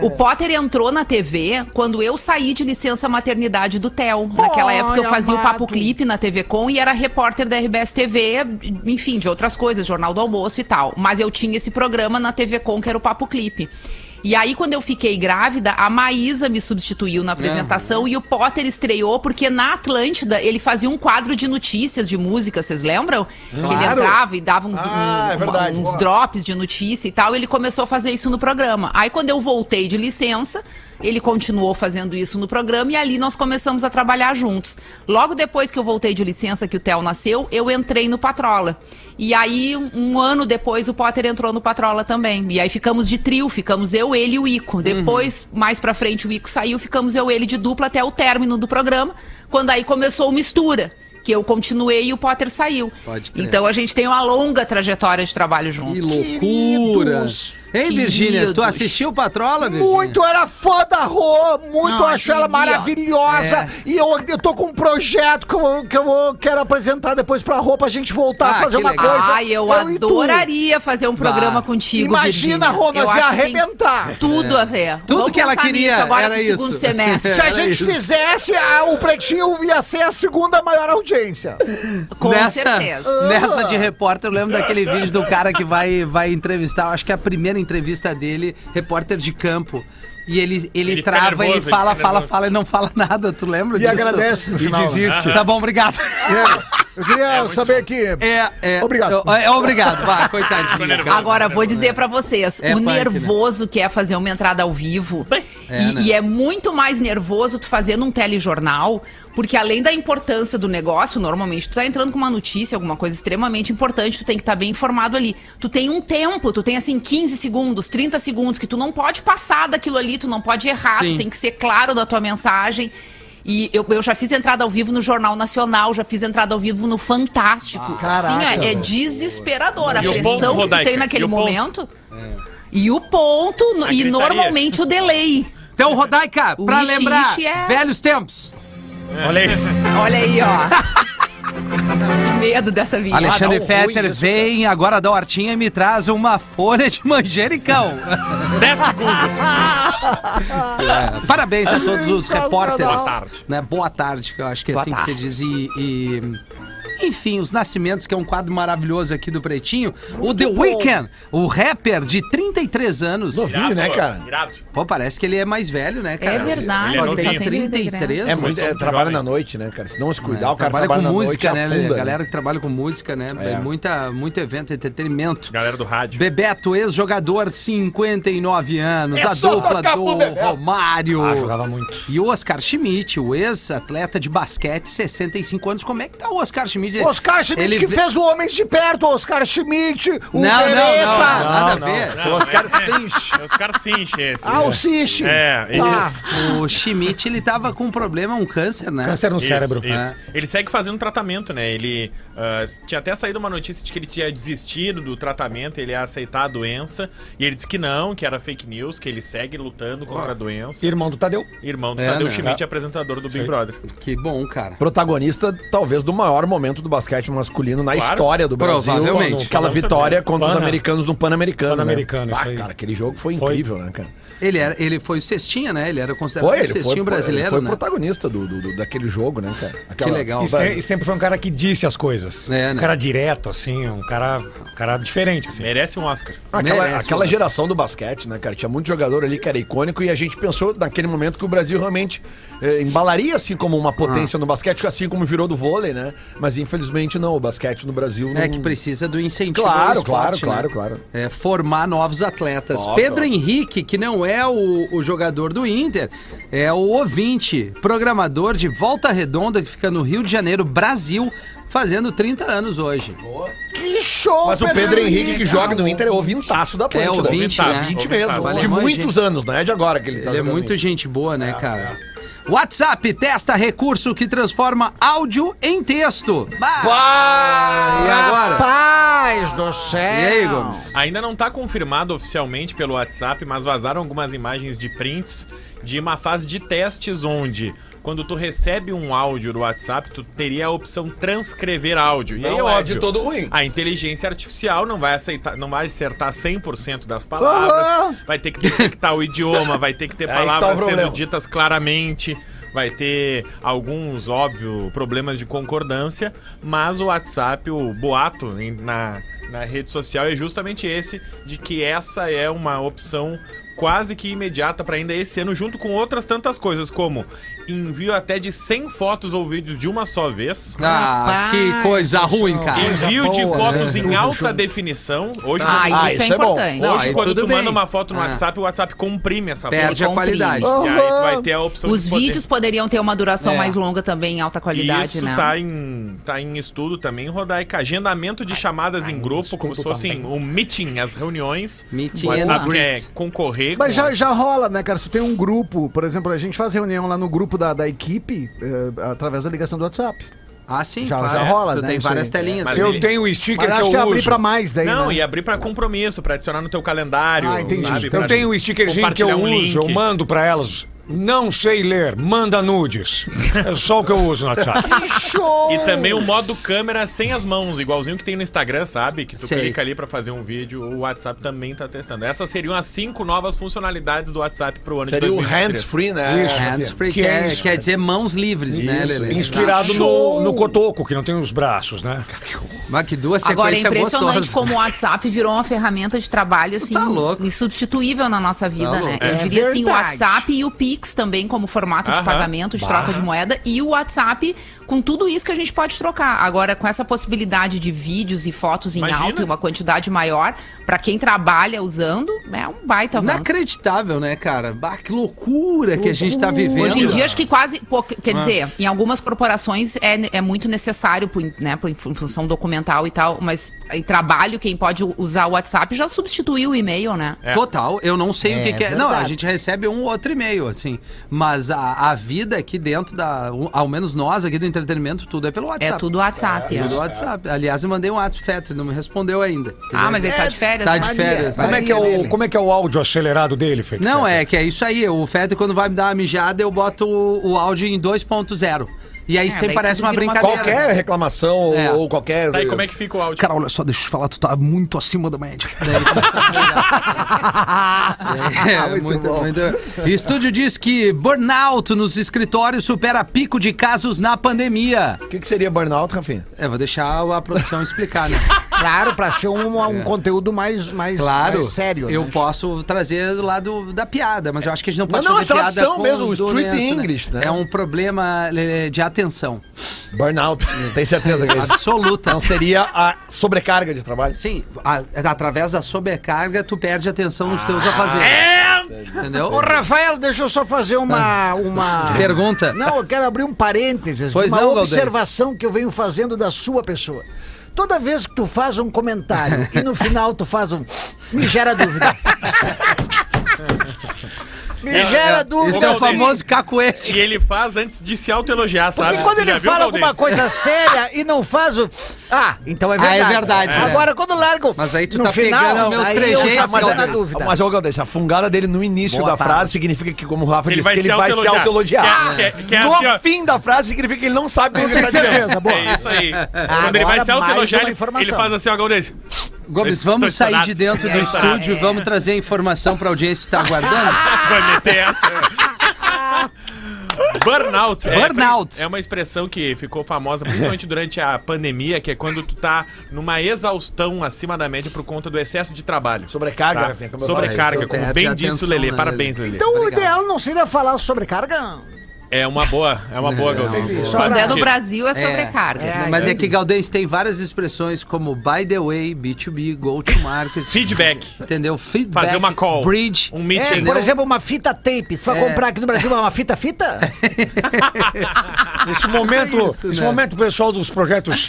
[SPEAKER 6] O Potter entrou na TV quando eu saí de licença maternidade do Theo. Naquela época eu fazia o Papo Clipe na TV Com e era repórter da RBS TV, enfim, de outras coisas, Jornal do Almoço e tal. Mas eu tinha esse programa na TV Com, que era o Papo Clipe. E aí, quando eu fiquei grávida, a Maísa me substituiu na apresentação e o Potter estreou, porque na Atlântida ele fazia um quadro de notícias de música, vocês lembram? Que ele
[SPEAKER 2] Claro.
[SPEAKER 6] entrava e dava uns,
[SPEAKER 4] Ah,
[SPEAKER 6] um-
[SPEAKER 4] é verdade,
[SPEAKER 6] uns
[SPEAKER 4] boa.
[SPEAKER 6] drops de notícia e tal. Ele começou a fazer isso no programa. Aí, quando eu voltei de licença, ele continuou fazendo isso no programa e ali nós começamos a trabalhar juntos. Logo depois que eu voltei de licença, que o Theo nasceu, eu entrei no Patrola. E aí, um- um ano depois, o Potter entrou no Patrola também. E aí ficamos de trio, ficamos eu, ele e o
[SPEAKER 4] Uhum.
[SPEAKER 6] Ico. Depois, mais pra frente, o Ico saiu, ficamos eu, ele de dupla até o término do programa, quando aí começou o Mistura, que eu continuei e o Potter saiu.
[SPEAKER 2] Pode crer.
[SPEAKER 6] então a gente tem uma longa trajetória de trabalho
[SPEAKER 2] Que
[SPEAKER 6] juntos.
[SPEAKER 2] loucura. Hein, Virgínia, tu
[SPEAKER 6] Queridos.
[SPEAKER 2] assistiu o Patrola, Virgínia?
[SPEAKER 3] Muito, era foda, Rô. Muito,
[SPEAKER 6] Não,
[SPEAKER 3] eu acho ela
[SPEAKER 6] entendi, ó.
[SPEAKER 3] maravilhosa.
[SPEAKER 2] É.
[SPEAKER 3] E eu, eu tô com um projeto que eu, vou- que eu vou- quero apresentar depois pra Rô, pra gente
[SPEAKER 4] tá,
[SPEAKER 3] voltar
[SPEAKER 2] Ah,
[SPEAKER 3] a fazer
[SPEAKER 2] que
[SPEAKER 3] uma
[SPEAKER 2] legal.
[SPEAKER 3] coisa.
[SPEAKER 6] Ai, eu,
[SPEAKER 3] e tu.
[SPEAKER 6] adoraria fazer um programa
[SPEAKER 2] Bah.
[SPEAKER 6] contigo.
[SPEAKER 3] Imagina,
[SPEAKER 6] Virgínia.
[SPEAKER 3] Rô, nós
[SPEAKER 6] Eu
[SPEAKER 3] ia
[SPEAKER 6] acho que tem
[SPEAKER 3] arrebentar.
[SPEAKER 6] Tudo a ver.
[SPEAKER 2] Tudo que ela
[SPEAKER 6] pensar
[SPEAKER 2] queria
[SPEAKER 6] nisso agora
[SPEAKER 2] era
[SPEAKER 6] pro segundo
[SPEAKER 2] isso.
[SPEAKER 6] semestre.
[SPEAKER 3] Se a
[SPEAKER 2] Era
[SPEAKER 3] gente
[SPEAKER 2] isso.
[SPEAKER 3] fizesse, a- o Pretinho ia ser a segunda maior audiência.
[SPEAKER 6] Com certeza.
[SPEAKER 2] Nessa de repórter, eu lembro daquele vídeo do cara que vai, vai entrevistar, eu acho que é a primeira entrevista dele, repórter de campo. E ele, ele,
[SPEAKER 5] Ele fica
[SPEAKER 2] trava, ele
[SPEAKER 5] nervoso, ele
[SPEAKER 2] fala,
[SPEAKER 5] fica
[SPEAKER 2] fala,
[SPEAKER 5] nervoso.
[SPEAKER 2] fala e não fala nada. Tu lembra
[SPEAKER 8] E
[SPEAKER 2] disso?
[SPEAKER 8] agradece no
[SPEAKER 7] E
[SPEAKER 8] final. né?
[SPEAKER 7] desiste.
[SPEAKER 2] Tá bom, obrigado.
[SPEAKER 8] É, eu queria saber aqui.
[SPEAKER 2] É, é.
[SPEAKER 8] Obrigado.
[SPEAKER 2] É, é obrigado. Vai, coitadinho.
[SPEAKER 5] nervoso.
[SPEAKER 2] cara.
[SPEAKER 6] Agora, vou dizer pra vocês,
[SPEAKER 2] É
[SPEAKER 6] o
[SPEAKER 2] punk, né?
[SPEAKER 6] nervoso que é fazer uma entrada ao vivo,
[SPEAKER 2] É,
[SPEAKER 6] e,
[SPEAKER 2] né?
[SPEAKER 6] e é muito mais nervoso tu fazendo um telejornal, porque além da importância do negócio, normalmente tu tá entrando com uma notícia, alguma coisa extremamente importante, tu tem que estar bem informado ali. Tu tem um tempo, tu tem assim 15 segundos, 30 segundos, que tu não pode passar daquilo ali, tu não pode errar,
[SPEAKER 2] Sim.
[SPEAKER 6] tu tem que ser claro da tua mensagem. E eu, eu já fiz entrada ao vivo no Jornal Nacional, já fiz entrada ao vivo no Fantástico.
[SPEAKER 2] Ah,
[SPEAKER 6] Sim,
[SPEAKER 8] caraca,
[SPEAKER 6] é, é desesperador. A
[SPEAKER 5] E o ponto,
[SPEAKER 6] pressão que tu
[SPEAKER 5] Rodaica?
[SPEAKER 6] tem naquele
[SPEAKER 5] E o ponto?
[SPEAKER 6] momento.
[SPEAKER 2] É.
[SPEAKER 6] E o ponto, no-
[SPEAKER 5] A
[SPEAKER 6] e
[SPEAKER 5] gritaria.
[SPEAKER 6] normalmente o delay.
[SPEAKER 2] Então, Rodaica,
[SPEAKER 6] O
[SPEAKER 2] pra
[SPEAKER 6] ixi,
[SPEAKER 2] lembrar,
[SPEAKER 6] ixi é-
[SPEAKER 2] velhos tempos.
[SPEAKER 7] Olha aí.
[SPEAKER 6] Olha aí, ó. Que medo dessa vinheta.
[SPEAKER 2] Alexandre Fetter vem agora da hortinha e me traz uma folha de manjericão.
[SPEAKER 5] 10 segundos.
[SPEAKER 2] É, Parabéns a todos os repórteres.
[SPEAKER 8] Boa
[SPEAKER 5] tarde.
[SPEAKER 2] Né? Boa tarde, que eu acho que é assim que se diz. E, e- Enfim, Os Nascimentos, que é um quadro maravilhoso aqui do Pretinho. o The Weeknd, o rapper de 33 anos.
[SPEAKER 5] Irado,
[SPEAKER 4] né,
[SPEAKER 5] pô,
[SPEAKER 4] cara?
[SPEAKER 5] Irado.
[SPEAKER 2] Pô, parece que ele é mais velho, né, cara?
[SPEAKER 6] É verdade,
[SPEAKER 2] Só
[SPEAKER 5] ele
[SPEAKER 2] tem
[SPEAKER 5] só tem
[SPEAKER 2] 33.
[SPEAKER 4] É, muito, é,
[SPEAKER 5] Começou
[SPEAKER 4] trabalha
[SPEAKER 5] jovem.
[SPEAKER 4] na noite, né, cara? Se não se cuidar, o cara
[SPEAKER 2] trabalha, com
[SPEAKER 4] na
[SPEAKER 2] música,
[SPEAKER 4] noite,
[SPEAKER 2] né?
[SPEAKER 4] afunda,
[SPEAKER 2] Galera que trabalha com música, né? É. Muita, muito evento, entretenimento.
[SPEAKER 5] Galera do rádio.
[SPEAKER 2] Bebeto, ex-jogador, 59 anos, a dupla do Romário.
[SPEAKER 7] Ah, jogava muito.
[SPEAKER 2] E o Oscar Schmidt, o ex-atleta de basquete, 65 anos. Como é que tá o Oscar Schmidt?
[SPEAKER 8] Oscar Schmidt
[SPEAKER 2] Ele
[SPEAKER 8] que
[SPEAKER 2] ve-
[SPEAKER 8] fez o Homem de Perto, Oscar Schmidt, o
[SPEAKER 2] Não, não, não,
[SPEAKER 8] Vereta,
[SPEAKER 2] nada
[SPEAKER 7] Não,
[SPEAKER 2] a ver.
[SPEAKER 5] Não,
[SPEAKER 4] Os
[SPEAKER 5] é-
[SPEAKER 4] caras
[SPEAKER 5] é-
[SPEAKER 4] cinch.
[SPEAKER 5] Os caras cinch esse.
[SPEAKER 8] ah, o Siche.
[SPEAKER 5] É,
[SPEAKER 8] Ah.
[SPEAKER 5] isso.
[SPEAKER 2] O Schmidt, ele tava com um problema, um câncer, né?
[SPEAKER 7] Câncer no
[SPEAKER 5] Isso,
[SPEAKER 7] Tá cérebro.
[SPEAKER 5] isso. Ele segue fazendo tratamento, né? Ele ah, tinha até saído uma notícia de que ele tinha desistido do tratamento, ele ia aceitar a doença. E ele disse que não, que era fake news, que ele segue lutando contra a doença.
[SPEAKER 7] Irmão do Tadeu.
[SPEAKER 5] Irmão do
[SPEAKER 2] É,
[SPEAKER 5] Tadeu
[SPEAKER 2] né?
[SPEAKER 5] Schmidt, apresentador do Big Brother.
[SPEAKER 2] Que bom, cara.
[SPEAKER 4] Protagonista, talvez, do maior momento do basquete masculino na
[SPEAKER 5] Claro.
[SPEAKER 4] história do Brasil.
[SPEAKER 2] Provavelmente.
[SPEAKER 4] Aquela vitória contra os
[SPEAKER 7] Pana.
[SPEAKER 4] americanos no Pan-Americano.
[SPEAKER 7] né? Pan-Americano,
[SPEAKER 4] né?
[SPEAKER 7] isso
[SPEAKER 4] Ah,
[SPEAKER 7] aí.
[SPEAKER 4] cara, aquele jogo foi,
[SPEAKER 7] Foi.
[SPEAKER 4] incrível, né, cara?
[SPEAKER 2] Ele, era, ele foi o cestinha, né? Ele era considerado
[SPEAKER 4] Foi,
[SPEAKER 2] o
[SPEAKER 4] ele foi,
[SPEAKER 2] cestinho brasileiro,
[SPEAKER 4] ele foi
[SPEAKER 2] né?
[SPEAKER 4] protagonista do, do- do- daquele jogo, né, cara?
[SPEAKER 2] Que legal.
[SPEAKER 7] E, se- e sempre foi um cara que disse as coisas.
[SPEAKER 2] É, né?
[SPEAKER 7] Um cara direto, assim, um cara, um cara diferente, assim.
[SPEAKER 5] Merece um Oscar.
[SPEAKER 4] Aquela,
[SPEAKER 2] Merece,
[SPEAKER 4] aquela
[SPEAKER 2] merece.
[SPEAKER 4] geração do basquete, né, cara? Tinha muito jogador ali que era icônico e a gente pensou naquele momento que o Brasil realmente eh, embalaria assim como uma potência
[SPEAKER 2] Ah.
[SPEAKER 4] no basquete, assim como virou do vôlei, né? Mas infelizmente não, o basquete no Brasil não...
[SPEAKER 2] É que precisa do incentivo.
[SPEAKER 4] Hum. Claro,
[SPEAKER 2] ao esporte,
[SPEAKER 4] claro,
[SPEAKER 2] né?
[SPEAKER 4] claro, claro.
[SPEAKER 2] É, formar novos atletas.
[SPEAKER 4] Óbvio.
[SPEAKER 2] Pedro Henrique, que não é o, o jogador do Inter, é o ouvinte, programador de Volta Redonda, que fica no Rio de Janeiro, Brasil, fazendo 30 anos hoje.
[SPEAKER 8] Que show,
[SPEAKER 4] Mas o Pedro Henrique que joga no Inter é ovintaço da Atlântida.
[SPEAKER 2] É ouvinte, né?
[SPEAKER 4] Ouvinte mesmo.
[SPEAKER 2] Ouvinte.
[SPEAKER 4] De muitos anos, não é de agora que ele
[SPEAKER 2] Ele
[SPEAKER 4] tá
[SPEAKER 2] é
[SPEAKER 4] jogando
[SPEAKER 2] muito
[SPEAKER 4] no Inter.
[SPEAKER 2] gente boa, né, cara? WhatsApp testa recurso que transforma áudio em texto. Bah!
[SPEAKER 4] Vai! E agora?
[SPEAKER 8] Paz do céu.
[SPEAKER 2] E aí, Gomes?
[SPEAKER 5] Ainda não está confirmado oficialmente pelo WhatsApp, mas vazaram algumas imagens de prints de uma fase de testes onde, quando tu recebe um áudio do WhatsApp, tu teria a opção transcrever áudio. e aí,
[SPEAKER 4] Não é
[SPEAKER 5] óbvio,
[SPEAKER 4] de todo ruim.
[SPEAKER 5] a inteligência artificial não vai aceitar, não vai acertar 100% das palavras, vai ter que detectar o idioma, vai ter que ter
[SPEAKER 4] Aí que tá o
[SPEAKER 5] palavras
[SPEAKER 4] problema.
[SPEAKER 5] sendo ditas claramente. Vai ter alguns, óbvio, problemas de concordância, mas o WhatsApp, o boato em- na, na rede social é justamente esse, de que essa é uma opção quase que imediata para ainda esse ano, junto com outras tantas coisas, como envio até de 100 fotos ou vídeos de uma só vez,
[SPEAKER 2] Ah,
[SPEAKER 6] Rapaz,
[SPEAKER 2] que coisa ruim, cara.
[SPEAKER 5] Envio de fotos
[SPEAKER 8] né?
[SPEAKER 5] em alta definição. Hoje,
[SPEAKER 6] Ah, isso,
[SPEAKER 4] Ah, isso
[SPEAKER 6] é
[SPEAKER 4] é bom.
[SPEAKER 6] importante.
[SPEAKER 2] Não,
[SPEAKER 5] hoje
[SPEAKER 2] aí
[SPEAKER 5] quando
[SPEAKER 2] tudo
[SPEAKER 5] tu
[SPEAKER 2] bem.
[SPEAKER 5] manda uma foto no
[SPEAKER 2] Ah.
[SPEAKER 5] WhatsApp, o WhatsApp comprime essa
[SPEAKER 2] Perde a
[SPEAKER 6] Ele comprime.
[SPEAKER 2] qualidade.
[SPEAKER 5] foto. E aí tu vai ter a opção
[SPEAKER 6] Os
[SPEAKER 5] de poder-
[SPEAKER 6] vídeos poderiam ter uma duração
[SPEAKER 2] É.
[SPEAKER 6] mais longa também, em alta
[SPEAKER 5] E
[SPEAKER 6] qualidade,
[SPEAKER 5] isso
[SPEAKER 6] né?
[SPEAKER 5] tá, em, tá em estudo também, Rodaica. Agendamento de chamadas em grupo, como se fosse um meeting, as reuniões.
[SPEAKER 2] Meeting
[SPEAKER 5] o
[SPEAKER 2] and
[SPEAKER 5] WhatsApp
[SPEAKER 2] greet.
[SPEAKER 5] quer concorrer
[SPEAKER 8] Mas
[SPEAKER 5] com
[SPEAKER 8] já,
[SPEAKER 5] as-
[SPEAKER 8] já rola, né, cara? Se tu tem um grupo, por exemplo, a gente faz reunião lá no grupo da, da equipe eh, através da ligação do WhatsApp.
[SPEAKER 2] Ah, sim,
[SPEAKER 8] Já-
[SPEAKER 2] claro.
[SPEAKER 8] já rola,
[SPEAKER 2] Tu
[SPEAKER 8] né,
[SPEAKER 2] tem
[SPEAKER 8] isso
[SPEAKER 2] várias
[SPEAKER 8] aí.
[SPEAKER 2] telinhas.
[SPEAKER 5] Mas
[SPEAKER 7] Se eu
[SPEAKER 5] ele-
[SPEAKER 7] tenho o sticker
[SPEAKER 8] Mas
[SPEAKER 7] que
[SPEAKER 8] acho
[SPEAKER 7] eu
[SPEAKER 8] que é abrir
[SPEAKER 7] uso.
[SPEAKER 8] pra mais daí,
[SPEAKER 5] Não,
[SPEAKER 8] né?
[SPEAKER 5] e abrir pra compromisso, pra adicionar no teu calendário.
[SPEAKER 8] Ah, entendi.
[SPEAKER 5] sabe?
[SPEAKER 8] Então
[SPEAKER 5] Pra
[SPEAKER 7] Eu tenho o stickerzinho um que
[SPEAKER 5] compartilhar
[SPEAKER 7] eu
[SPEAKER 5] um
[SPEAKER 7] uso, eu
[SPEAKER 5] link.
[SPEAKER 7] mando pra elas. Não sei ler, manda nudes. É só o que eu uso no WhatsApp.
[SPEAKER 5] E também o modo câmera sem as mãos, igualzinho que tem no Instagram, sabe? Que tu
[SPEAKER 2] Sei.
[SPEAKER 5] clica ali pra fazer um vídeo, o WhatsApp também tá testando. Essas seriam as cinco novas funcionalidades do WhatsApp pro ano
[SPEAKER 4] Seria
[SPEAKER 5] de
[SPEAKER 4] o
[SPEAKER 5] 2023.
[SPEAKER 4] hands-free, né?
[SPEAKER 2] É, Hands free
[SPEAKER 7] Que
[SPEAKER 2] quer,
[SPEAKER 7] é isso,
[SPEAKER 2] quer dizer mãos livres, né, Lelê?
[SPEAKER 7] Inspirado no, no cotoco, que não tem os braços, né?
[SPEAKER 2] Mas que duas
[SPEAKER 6] Agora é
[SPEAKER 2] sequências
[SPEAKER 6] impressionante
[SPEAKER 2] gostosas.
[SPEAKER 6] como o WhatsApp virou uma ferramenta de trabalho assim
[SPEAKER 2] tá louco.
[SPEAKER 6] insubstituível na nossa vida,
[SPEAKER 2] Tá
[SPEAKER 6] né?
[SPEAKER 2] louco.
[SPEAKER 6] Eu diria assim, o
[SPEAKER 3] verdade.
[SPEAKER 6] WhatsApp e o Pix também como formato de
[SPEAKER 5] Aham.
[SPEAKER 6] pagamento, de troca de moeda e o WhatsApp com tudo isso que a gente pode trocar. Agora com essa possibilidade de vídeos e fotos em
[SPEAKER 5] Imagina.
[SPEAKER 6] alta e uma quantidade maior pra quem trabalha usando, é um baita avanço.
[SPEAKER 2] Inacreditável, né, cara? Bah, que loucura que a gente tá vivendo.
[SPEAKER 6] Hoje em dia, acho que quase. pô, quer
[SPEAKER 2] Ah.
[SPEAKER 6] dizer, em algumas corporações é, é muito necessário, por, né, por, em função documental e tal, mas em trabalho, quem pode usar o WhatsApp já substituiu o e-mail, né?
[SPEAKER 5] É.
[SPEAKER 2] Total, eu não sei o que,
[SPEAKER 3] É
[SPEAKER 2] que é. Não, a
[SPEAKER 3] verdade.
[SPEAKER 2] gente recebe um ou outro e-mail, assim. Mas a, a vida aqui dentro da. o- ao menos nós aqui do entretenimento, tudo é pelo
[SPEAKER 6] É
[SPEAKER 2] WhatsApp.
[SPEAKER 6] tudo WhatsApp. é.
[SPEAKER 2] Tudo WhatsApp. Aliás, eu mandei um WhatsApp, Fetter, não me respondeu ainda.
[SPEAKER 6] Ah, mas ele tá de férias,
[SPEAKER 2] Tá
[SPEAKER 6] né?
[SPEAKER 2] de férias.
[SPEAKER 7] Como é que é o, como é, que é o áudio acelerado dele, Fê?
[SPEAKER 2] Não, é que é isso aí. O Fetter, quando vai me dar uma mijada, eu boto o, o áudio em 2.0. E aí
[SPEAKER 6] É,
[SPEAKER 2] sempre
[SPEAKER 6] daí
[SPEAKER 2] parece
[SPEAKER 6] tudo
[SPEAKER 2] uma
[SPEAKER 6] vira uma
[SPEAKER 2] brincadeira. né?
[SPEAKER 4] Qualquer reclamação ou-
[SPEAKER 2] É.
[SPEAKER 4] ou qualquer.
[SPEAKER 5] Tá, e como é que fica o áudio?
[SPEAKER 10] Cara, olha só, deixa eu te falar, tu tá muito acima da média.
[SPEAKER 2] Daí começa a brigar. É, muito, muito. Estúdio diz que burnout nos escritórios supera pico de casos na pandemia.
[SPEAKER 4] O que, que seria burnout, Rafinha?
[SPEAKER 2] É, vou deixar a produção explicar, né?
[SPEAKER 3] Claro, pra ser um, um conteúdo mais, mais,
[SPEAKER 2] É. Claro.
[SPEAKER 3] mais sério.
[SPEAKER 2] Eu
[SPEAKER 3] né?
[SPEAKER 2] posso trazer do lado da piada, mas eu acho que a gente não pode
[SPEAKER 4] Não, não,
[SPEAKER 10] é
[SPEAKER 2] fazer
[SPEAKER 4] a tradução
[SPEAKER 2] piada com
[SPEAKER 4] mesmo, o street
[SPEAKER 2] né?
[SPEAKER 4] English, né?
[SPEAKER 2] É um problema eh, de atenção
[SPEAKER 4] Burnout. Tem certeza que é isso.
[SPEAKER 2] absoluta.
[SPEAKER 4] Não seria a sobrecarga de trabalho?
[SPEAKER 2] Sim, a- através da sobrecarga tu perde atenção nos teus afazeres. É!
[SPEAKER 5] Ah,
[SPEAKER 2] Entendeu?
[SPEAKER 3] Ô, Rafael, deixa eu só fazer uma. uma...
[SPEAKER 2] Ah. Pergunta.
[SPEAKER 3] Não, eu quero abrir um parênteses.
[SPEAKER 2] Pois
[SPEAKER 3] uma
[SPEAKER 2] não, Galdêncio.
[SPEAKER 3] observação que eu venho fazendo da sua pessoa. Toda vez que tu faz um comentário e no final tu faz um. Me gera dúvida. Me gera dúvida. assim,
[SPEAKER 2] Esse é o
[SPEAKER 5] Galdêncio.
[SPEAKER 2] famoso cacuete.
[SPEAKER 5] E ele faz antes de se autoelogiar,
[SPEAKER 3] Porque
[SPEAKER 5] sabe?
[SPEAKER 3] quando
[SPEAKER 5] Tu já
[SPEAKER 3] ele
[SPEAKER 5] viu,
[SPEAKER 3] fala
[SPEAKER 5] Valdez?
[SPEAKER 3] alguma coisa séria e não faz o. Ah, então é
[SPEAKER 2] Ah, é
[SPEAKER 3] verdade.
[SPEAKER 2] verdade, né?
[SPEAKER 3] Agora, quando largo.
[SPEAKER 2] Mas aí tu
[SPEAKER 3] no
[SPEAKER 2] tá
[SPEAKER 3] final,
[SPEAKER 2] pegando meus
[SPEAKER 3] aí
[SPEAKER 2] trejeitos,
[SPEAKER 3] Eu já tô na
[SPEAKER 2] Galdêncio.
[SPEAKER 3] dúvida.
[SPEAKER 4] Mas, ô Galdês, a fungada dele no início
[SPEAKER 2] Boa
[SPEAKER 4] da
[SPEAKER 2] tarde.
[SPEAKER 4] frase significa que, como o Rafa
[SPEAKER 5] Ele
[SPEAKER 4] disse,
[SPEAKER 5] vai
[SPEAKER 4] que
[SPEAKER 5] se
[SPEAKER 4] ele vai se
[SPEAKER 5] autoelogiar.
[SPEAKER 4] autoelogiar.
[SPEAKER 5] Que é- que é- que é
[SPEAKER 4] no
[SPEAKER 5] assim, ó.
[SPEAKER 4] fim da frase significa que ele não sabe bem o que
[SPEAKER 3] Tem
[SPEAKER 4] tá dizendo.
[SPEAKER 3] certeza, boa.
[SPEAKER 5] É isso aí. Quando
[SPEAKER 3] Agora,
[SPEAKER 5] ele vai se
[SPEAKER 3] mais uma
[SPEAKER 5] autoelogiar, ele,
[SPEAKER 3] informação.
[SPEAKER 5] ele faz assim, ó, Galdês.
[SPEAKER 2] Gomes,
[SPEAKER 5] Tô
[SPEAKER 2] vamos sair
[SPEAKER 5] estourado.
[SPEAKER 2] de dentro do
[SPEAKER 6] É,
[SPEAKER 2] estúdio,
[SPEAKER 6] é.
[SPEAKER 2] vamos trazer a informação pra audiência que tá aguardando.
[SPEAKER 5] Vai meter essa. Burnout. É,
[SPEAKER 2] Burnout.
[SPEAKER 5] É uma expressão que ficou famosa principalmente durante a pandemia, que é quando tu tá numa exaustão acima da média por conta do excesso de trabalho.
[SPEAKER 4] Sobrecarga,
[SPEAKER 5] Tá?
[SPEAKER 4] Rafinha, como eu
[SPEAKER 5] Sobrecarga,
[SPEAKER 2] falei.
[SPEAKER 5] como
[SPEAKER 2] Perde
[SPEAKER 5] bem
[SPEAKER 2] a
[SPEAKER 5] disse
[SPEAKER 2] atenção,
[SPEAKER 5] o Lelê.
[SPEAKER 2] né,
[SPEAKER 5] Parabéns,
[SPEAKER 2] Lelê?
[SPEAKER 5] Lelê.
[SPEAKER 3] Então o
[SPEAKER 2] Obrigado.
[SPEAKER 3] ideal não seria falar sobre carga.
[SPEAKER 5] É uma boa, é uma
[SPEAKER 2] Então,
[SPEAKER 5] boa,
[SPEAKER 3] Só
[SPEAKER 5] Galdês.
[SPEAKER 3] pra-
[SPEAKER 6] Mas é no
[SPEAKER 5] Sentido.
[SPEAKER 6] Brasil é
[SPEAKER 2] É.
[SPEAKER 6] sobrecarga.
[SPEAKER 2] É,
[SPEAKER 6] né?
[SPEAKER 2] mas é que Gaudense tem várias expressões como by the way, B2B, go to market.
[SPEAKER 5] Feedback.
[SPEAKER 2] Entendeu? Feedback.
[SPEAKER 5] Fazer uma call.
[SPEAKER 2] Bridge.
[SPEAKER 5] Um
[SPEAKER 3] É,
[SPEAKER 5] meeting.
[SPEAKER 3] por exemplo, uma fita tape. Tu vai
[SPEAKER 2] É.
[SPEAKER 3] comprar aqui no Brasil uma fita-fita?
[SPEAKER 7] Nesse momento,
[SPEAKER 2] isso,
[SPEAKER 7] nesse
[SPEAKER 2] né?
[SPEAKER 7] momento o pessoal dos projetos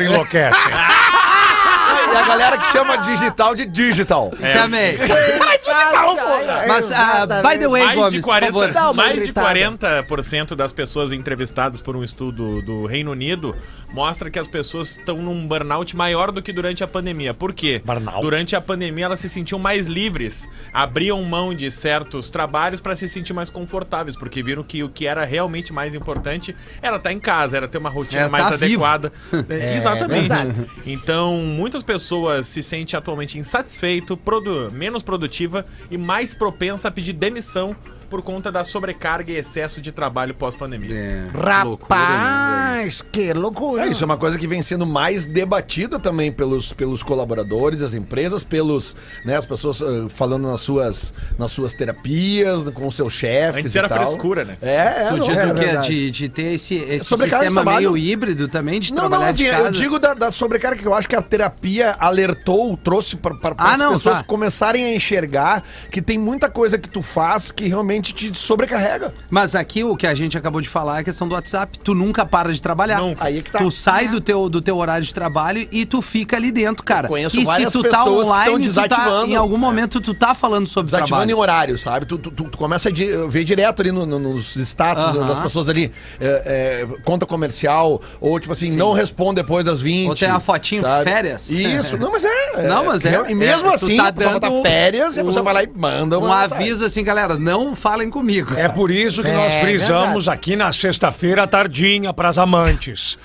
[SPEAKER 7] enlouquece.
[SPEAKER 4] Ah, e a galera que chama digital de digital.
[SPEAKER 5] É.
[SPEAKER 2] Também. Mas, ah, by the way,
[SPEAKER 5] mais
[SPEAKER 2] Gomes,
[SPEAKER 5] de
[SPEAKER 2] por favor.
[SPEAKER 5] 40,
[SPEAKER 3] Dá uma
[SPEAKER 5] mais de
[SPEAKER 3] gritada.
[SPEAKER 5] 40% das pessoas entrevistadas por um estudo do Reino Unido mostra que as pessoas estão num burnout maior do que durante a pandemia. Por quê?
[SPEAKER 7] Burnout.
[SPEAKER 5] Durante a pandemia elas se sentiam mais livres, abriam mão de certos trabalhos para se sentir mais confortáveis, porque viram que o que era realmente mais importante era estar em casa, era ter uma rotina
[SPEAKER 2] Era
[SPEAKER 5] mais
[SPEAKER 2] tá vivo.
[SPEAKER 5] adequada. É, Exatamente.
[SPEAKER 3] verdade.
[SPEAKER 5] Então, muitas pessoas se sentem atualmente insatisfeito, produ- menos produtiva e mais propensa a pedir demissão por conta da sobrecarga e excesso de trabalho pós-pandemia.
[SPEAKER 2] É, loucura, né, velho?
[SPEAKER 3] Rapaz, que loucura.
[SPEAKER 4] É, isso é uma coisa que vem sendo mais debatida também pelos, pelos colaboradores, as empresas, pelos, né, as pessoas ah, falando nas suas, nas suas terapias, com os seus chefes
[SPEAKER 5] Antes
[SPEAKER 4] e
[SPEAKER 5] era
[SPEAKER 4] tal.
[SPEAKER 5] frescura, né?
[SPEAKER 4] É, é,
[SPEAKER 2] Tu
[SPEAKER 4] não,
[SPEAKER 2] diz
[SPEAKER 4] é,
[SPEAKER 2] o quê?
[SPEAKER 4] verdade.
[SPEAKER 2] De, de ter esse, esse
[SPEAKER 4] Sobrecarga de
[SPEAKER 2] sistema
[SPEAKER 4] trabalho.
[SPEAKER 2] meio híbrido também, de
[SPEAKER 4] Não, não,
[SPEAKER 2] trabalhar
[SPEAKER 4] eu,
[SPEAKER 2] de
[SPEAKER 4] digo-
[SPEAKER 2] casa?
[SPEAKER 4] eu digo da, da sobrecarga que eu acho que a terapia alertou, trouxe para
[SPEAKER 2] Ah,
[SPEAKER 4] as
[SPEAKER 2] não,
[SPEAKER 4] pessoas
[SPEAKER 2] tá.
[SPEAKER 4] começarem a enxergar que tem muita coisa que tu faz que realmente te sobrecarrega.
[SPEAKER 2] Mas aqui o que a gente acabou de falar é a questão do WhatsApp. Tu nunca para de trabalhar.
[SPEAKER 5] Nunca.
[SPEAKER 4] Aí é que tá.
[SPEAKER 2] Tu sai do teu, do teu horário de trabalho e tu fica ali dentro, cara.
[SPEAKER 4] Eu conheço
[SPEAKER 2] e se
[SPEAKER 4] várias
[SPEAKER 2] tu tá
[SPEAKER 4] pessoas que tão
[SPEAKER 2] online, tu tá,
[SPEAKER 4] desativando.
[SPEAKER 2] em algum momento tu tá falando sobre
[SPEAKER 4] Desativando
[SPEAKER 2] trabalho.
[SPEAKER 4] em horário, sabe? Tu, tu, tu- tu começa a di- ver direto ali no- no- nos status
[SPEAKER 2] Aham.
[SPEAKER 4] das pessoas ali. é, é, conta comercial, ou tipo assim, não responde depois das 20.
[SPEAKER 2] Ou tem a fotinho férias.
[SPEAKER 4] Isso, não, mas é.
[SPEAKER 2] Não, mas é,
[SPEAKER 4] E mesmo
[SPEAKER 2] é, tu
[SPEAKER 4] assim,
[SPEAKER 2] tá
[SPEAKER 4] a pessoa
[SPEAKER 2] dando
[SPEAKER 4] tá férias e a
[SPEAKER 2] um-
[SPEAKER 4] pessoa vai lá e manda
[SPEAKER 2] Um
[SPEAKER 4] uma mensagem.
[SPEAKER 2] aviso assim, galera, não falem comigo.
[SPEAKER 7] É por isso que nós frisamos aqui na sexta-feira à tardinha pras amantes.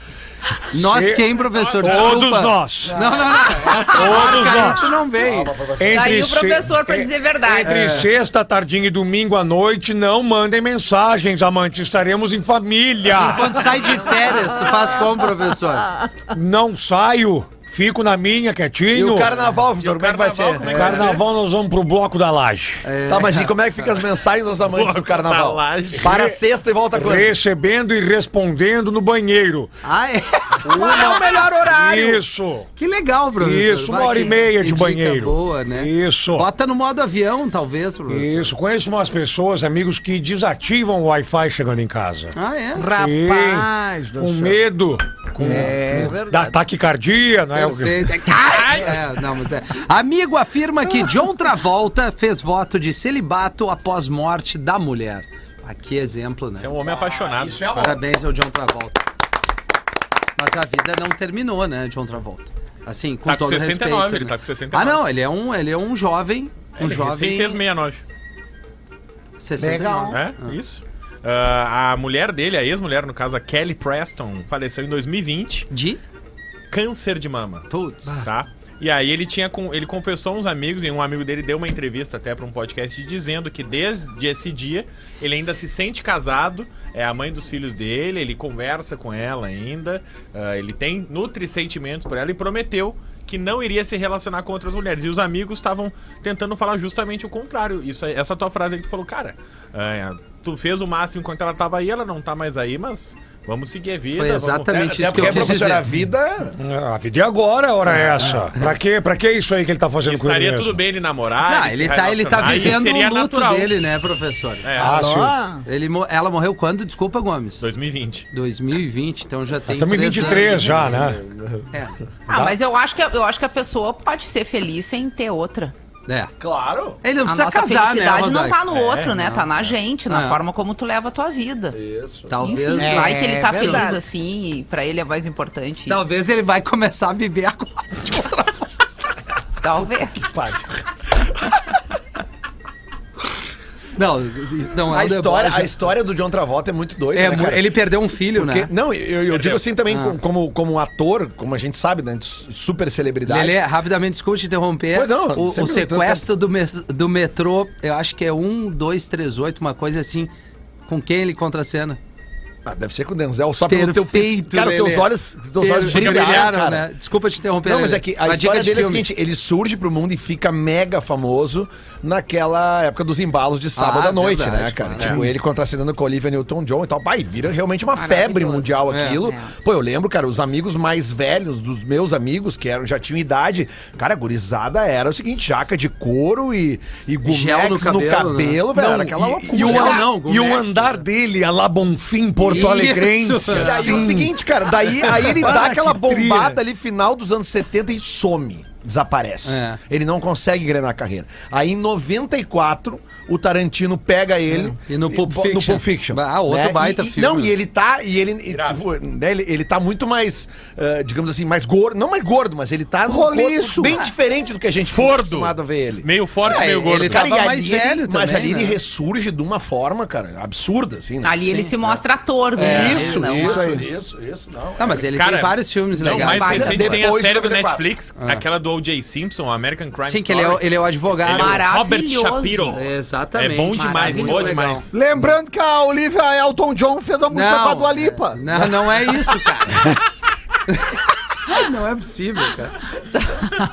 [SPEAKER 2] Nós
[SPEAKER 7] Se-
[SPEAKER 2] quem, professor?
[SPEAKER 7] Todos
[SPEAKER 2] Desculpa.
[SPEAKER 7] nós.
[SPEAKER 2] Não, não, não. Essa
[SPEAKER 7] Todos
[SPEAKER 2] marca a
[SPEAKER 7] nós.
[SPEAKER 2] gente não vem.
[SPEAKER 7] Entre
[SPEAKER 6] Daí o
[SPEAKER 7] se-
[SPEAKER 6] professor pra
[SPEAKER 7] en-
[SPEAKER 6] dizer a verdade.
[SPEAKER 7] Entre
[SPEAKER 4] É.
[SPEAKER 7] sexta, tardinha e domingo à noite, não mandem mensagens, amantes. Estaremos em família.
[SPEAKER 2] Quando sai de férias, tu faz como, professor?
[SPEAKER 7] não saio, fico na minha
[SPEAKER 4] E
[SPEAKER 7] quietinho.
[SPEAKER 4] o carnaval, professor, como é que vai
[SPEAKER 5] carnaval,
[SPEAKER 4] ser?
[SPEAKER 5] como é
[SPEAKER 7] Carnaval nós vamos pro bloco da laje.
[SPEAKER 4] Tá, mas e como é que fica as mensagens das amantes do carnaval?
[SPEAKER 5] Tá laje.
[SPEAKER 4] Para a sexta e volta quando?
[SPEAKER 7] Recebendo e respondendo no banheiro.
[SPEAKER 2] Ah, é? Mas é o melhor horário.
[SPEAKER 7] Isso.
[SPEAKER 2] Que legal, professor.
[SPEAKER 7] Isso,
[SPEAKER 2] Vai,
[SPEAKER 7] uma hora e
[SPEAKER 2] que-
[SPEAKER 7] meia
[SPEAKER 2] que
[SPEAKER 7] de
[SPEAKER 2] dica
[SPEAKER 7] banheiro.
[SPEAKER 2] boa, né?
[SPEAKER 7] Isso.
[SPEAKER 2] Bota no modo avião, talvez, professor.
[SPEAKER 7] Isso, conheço umas pessoas, amigos, que desativam o Wi-Fi chegando em casa.
[SPEAKER 2] Ah, é?
[SPEAKER 3] Rapaz do
[SPEAKER 7] Com
[SPEAKER 3] céu.
[SPEAKER 7] medo. Com
[SPEAKER 3] É
[SPEAKER 7] da
[SPEAKER 3] verdade.
[SPEAKER 7] taquicardia, não é?
[SPEAKER 2] Perfeito. É, Caralho! É, não, mas é. Amigo afirma que John Travolta fez voto de celibato após morte da mulher. Ah, que exemplo, né?
[SPEAKER 5] Você é um homem apaixonado.
[SPEAKER 2] Parabéns ao John Travolta. Mas a vida não terminou, né, John Travolta? Assim, com
[SPEAKER 5] Tá com
[SPEAKER 2] todo
[SPEAKER 5] 69,
[SPEAKER 2] respeito.
[SPEAKER 5] ele
[SPEAKER 2] né?
[SPEAKER 5] tá com 69.
[SPEAKER 2] Ah, não, ele é um, ele é um jovem. Um
[SPEAKER 5] Ele
[SPEAKER 2] jovem.
[SPEAKER 5] recém fez 69.
[SPEAKER 2] 69.
[SPEAKER 5] É, isso. Ah, a mulher dele, a ex-mulher, no caso, a Kelly Preston, faleceu em 2020,
[SPEAKER 2] De?
[SPEAKER 5] câncer de mama.
[SPEAKER 2] Putz.
[SPEAKER 5] Tá? E aí ele tinha com, ele confessou uns amigos e um amigo dele deu uma entrevista até pra um podcast dizendo que desde esse dia ele ainda se sente casado, é a mãe dos filhos dele, ele conversa com ela ainda, ah, ele tem nutre sentimentos por ela e prometeu que não iria se relacionar com outras mulheres. E os amigos estavam tentando falar justamente o contrário. Isso, aí- essa tua frase aí que tu falou, cara, ah, tu fez o máximo enquanto ela tava aí, ela não tá mais aí, mas vamos seguir a vida.
[SPEAKER 2] Foi
[SPEAKER 5] vamos- é,
[SPEAKER 2] exatamente isso que
[SPEAKER 4] Porque,
[SPEAKER 2] eu quis
[SPEAKER 4] professor,
[SPEAKER 2] dizer.
[SPEAKER 4] a vida...
[SPEAKER 7] Ah, A vida é agora, hora é essa. Pra quê? Pra que isso aí que ele tá fazendo com ele
[SPEAKER 5] Estaria
[SPEAKER 7] mesmo?
[SPEAKER 5] tudo bem Ah, ele namorar.
[SPEAKER 2] Não,
[SPEAKER 5] se
[SPEAKER 2] ele tá, ele tá
[SPEAKER 5] relacionar, e
[SPEAKER 2] vivendo
[SPEAKER 5] seria
[SPEAKER 2] o luto
[SPEAKER 5] natural.
[SPEAKER 2] dele, né, professor?
[SPEAKER 5] É,
[SPEAKER 7] Ah, sim.
[SPEAKER 3] Ah,
[SPEAKER 2] Ele, mo- ela morreu quando? Desculpa, Gomes.
[SPEAKER 5] 2020.
[SPEAKER 2] 2020, então já tem.
[SPEAKER 7] Estamos em
[SPEAKER 2] três
[SPEAKER 7] 23
[SPEAKER 2] anos.
[SPEAKER 7] já, né?
[SPEAKER 6] Ah, mas eu acho, que, eu acho que a pessoa pode ser feliz sem ter outra.
[SPEAKER 2] É.
[SPEAKER 4] Claro.
[SPEAKER 2] Ele não
[SPEAKER 6] A
[SPEAKER 2] precisa
[SPEAKER 6] nossa
[SPEAKER 2] casar, né?
[SPEAKER 6] felicidade não
[SPEAKER 2] Rodaica?
[SPEAKER 6] tá no outro, né? Tá na gente, na
[SPEAKER 2] É.
[SPEAKER 6] forma como tu leva a tua vida.
[SPEAKER 2] Talvez.
[SPEAKER 6] Enfim, vai
[SPEAKER 2] É,
[SPEAKER 6] que ele tá
[SPEAKER 3] verdade.
[SPEAKER 6] feliz assim e pra ele é mais importante. isso.
[SPEAKER 2] Talvez ele vai começar a viver agora. de outra forma.
[SPEAKER 6] Talvez.
[SPEAKER 2] Não, isso não é
[SPEAKER 4] A
[SPEAKER 2] um
[SPEAKER 4] história, a
[SPEAKER 2] deboche.
[SPEAKER 4] história do John Travolta é muito doida,
[SPEAKER 2] É,
[SPEAKER 4] né,
[SPEAKER 2] mu-
[SPEAKER 4] cara?
[SPEAKER 2] ele perdeu um filho,
[SPEAKER 4] Porque-
[SPEAKER 2] né?
[SPEAKER 4] não, eu- eu, eu digo assim também,
[SPEAKER 2] Ah.
[SPEAKER 4] com- como, como ator, como a gente sabe, né? de su- Super celebridade.
[SPEAKER 2] Lelê, rapidamente, desculpe te interromper.
[SPEAKER 4] Pois não,
[SPEAKER 2] o,
[SPEAKER 4] sempre
[SPEAKER 2] o sequestro do, mes- do metrô, eu acho que é 1238, uma coisa assim. Com quem ele contra a cena?
[SPEAKER 4] Ah, deve ser com o Denzel, só pelo teu
[SPEAKER 2] Perfeito,
[SPEAKER 4] Cara,
[SPEAKER 2] né, Lelê.
[SPEAKER 4] teus olhos, teus olhos
[SPEAKER 2] Eles brilharam,
[SPEAKER 4] cara.
[SPEAKER 2] né? Desculpa te interromper.
[SPEAKER 4] Não, mas
[SPEAKER 2] Lelê.
[SPEAKER 4] é que a
[SPEAKER 2] Uma
[SPEAKER 4] história
[SPEAKER 2] de
[SPEAKER 4] dele é o
[SPEAKER 2] filme.
[SPEAKER 4] seguinte, ele surge pro mundo e fica mega famoso naquela época dos embalos de sábado
[SPEAKER 2] Ah,
[SPEAKER 4] à noite,
[SPEAKER 2] verdade,
[SPEAKER 4] né, cara?
[SPEAKER 2] claro.
[SPEAKER 4] Tipo, ele contracenando com a Olivia Newton-John e tal. Pai, vira realmente uma febre mundial
[SPEAKER 2] É,
[SPEAKER 4] aquilo.
[SPEAKER 6] é.
[SPEAKER 4] Pô, eu lembro, cara, os amigos mais velhos dos meus amigos, que eram, já tinham idade, cara, a gurizada era o seguinte, jaca de couro e, e gumex
[SPEAKER 2] Gel no
[SPEAKER 4] no cabelo,
[SPEAKER 2] cabelo, né?
[SPEAKER 4] velho,
[SPEAKER 7] Não,
[SPEAKER 4] era aquela
[SPEAKER 7] e-
[SPEAKER 4] loucura.
[SPEAKER 7] E, o,
[SPEAKER 2] Não,
[SPEAKER 7] an-
[SPEAKER 2] não,
[SPEAKER 7] e o
[SPEAKER 2] Gumex,
[SPEAKER 7] andar dele, a lá Bonfim,
[SPEAKER 2] Isso.
[SPEAKER 7] Porto Alegrência.
[SPEAKER 4] Daí é o seguinte, cara, daí aí ele dá aquela bombada ali final dos anos 70 e some, desaparece.
[SPEAKER 2] É.
[SPEAKER 4] Ele não consegue engrenar a carreira. Aí em 94 o Tarantino pega ele
[SPEAKER 2] É. E no Pulp
[SPEAKER 4] bo-
[SPEAKER 2] Fiction.
[SPEAKER 4] Pulp Fiction.
[SPEAKER 2] Ah, outro
[SPEAKER 4] né?
[SPEAKER 2] baita
[SPEAKER 4] E- e-
[SPEAKER 2] filme.
[SPEAKER 4] Não, e ele tá e ele e, tipo, né, ele, ele tá muito mais, eh, digamos assim, mais gordo, não mais gordo, mas ele tá num corpo bem diferente do que a gente fica
[SPEAKER 5] Fordo.
[SPEAKER 4] acostumado a ver ele.
[SPEAKER 5] Meio forte,
[SPEAKER 2] É,
[SPEAKER 5] meio gordo.
[SPEAKER 2] ele tá- tava
[SPEAKER 4] e ali
[SPEAKER 2] mais
[SPEAKER 4] ele-
[SPEAKER 2] velho
[SPEAKER 4] mas
[SPEAKER 2] também,
[SPEAKER 4] ali
[SPEAKER 2] né?
[SPEAKER 4] ele ressurge de uma forma, cara, absurda, assim. né?
[SPEAKER 6] Ali ele
[SPEAKER 2] é.
[SPEAKER 6] se mostra ator, né?
[SPEAKER 4] Isso,
[SPEAKER 6] Ele não-
[SPEAKER 4] isso, isso, isso, não.
[SPEAKER 2] Não, mas ele
[SPEAKER 5] Cara,
[SPEAKER 2] tem vários filmes né,
[SPEAKER 5] Não,
[SPEAKER 2] legais.
[SPEAKER 5] mais
[SPEAKER 6] Vai,
[SPEAKER 5] recente
[SPEAKER 4] depois
[SPEAKER 5] tem a
[SPEAKER 4] do
[SPEAKER 5] série do
[SPEAKER 4] 94.
[SPEAKER 5] Netflix, aquela do O.J. Simpson, American Crime
[SPEAKER 2] Ah. Sim, que ele
[SPEAKER 5] Story.
[SPEAKER 2] é, o- ele é o advogado.
[SPEAKER 5] Ele é o Robert
[SPEAKER 6] Maravilhoso.
[SPEAKER 5] Shapiro.
[SPEAKER 2] Exatamente.
[SPEAKER 5] É bom demais,
[SPEAKER 6] Maravilhoso.
[SPEAKER 5] bom
[SPEAKER 2] Muito legal.
[SPEAKER 5] demais.
[SPEAKER 8] Lembrando que a Olivia Elton John fez a música com a Dua Lipa.
[SPEAKER 2] Não, não é isso, cara. Não é possível, cara.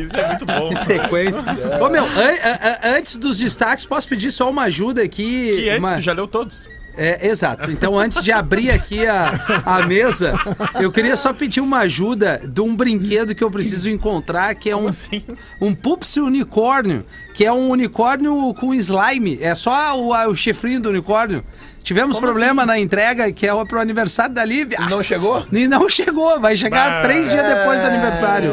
[SPEAKER 5] Isso é muito bom.
[SPEAKER 2] Sequência. Ô, meu, an- an- an- antes dos destaques, posso pedir só uma ajuda aqui?
[SPEAKER 5] E antes,
[SPEAKER 2] uma-
[SPEAKER 5] tu já leu todos.
[SPEAKER 2] É, exato. Então, antes de abrir aqui a, a mesa, eu queria só pedir uma ajuda de um brinquedo que eu preciso encontrar, que é um, um Pupsi Unicórnio, que é um unicórnio com slime. É só o, a- o chifrinho do unicórnio. Tivemos problema na entrega, que é pro aniversário da Lívia.
[SPEAKER 4] Não chegou?
[SPEAKER 2] E não chegou, vai chegar
[SPEAKER 5] Bah.
[SPEAKER 2] três dias depois do aniversário.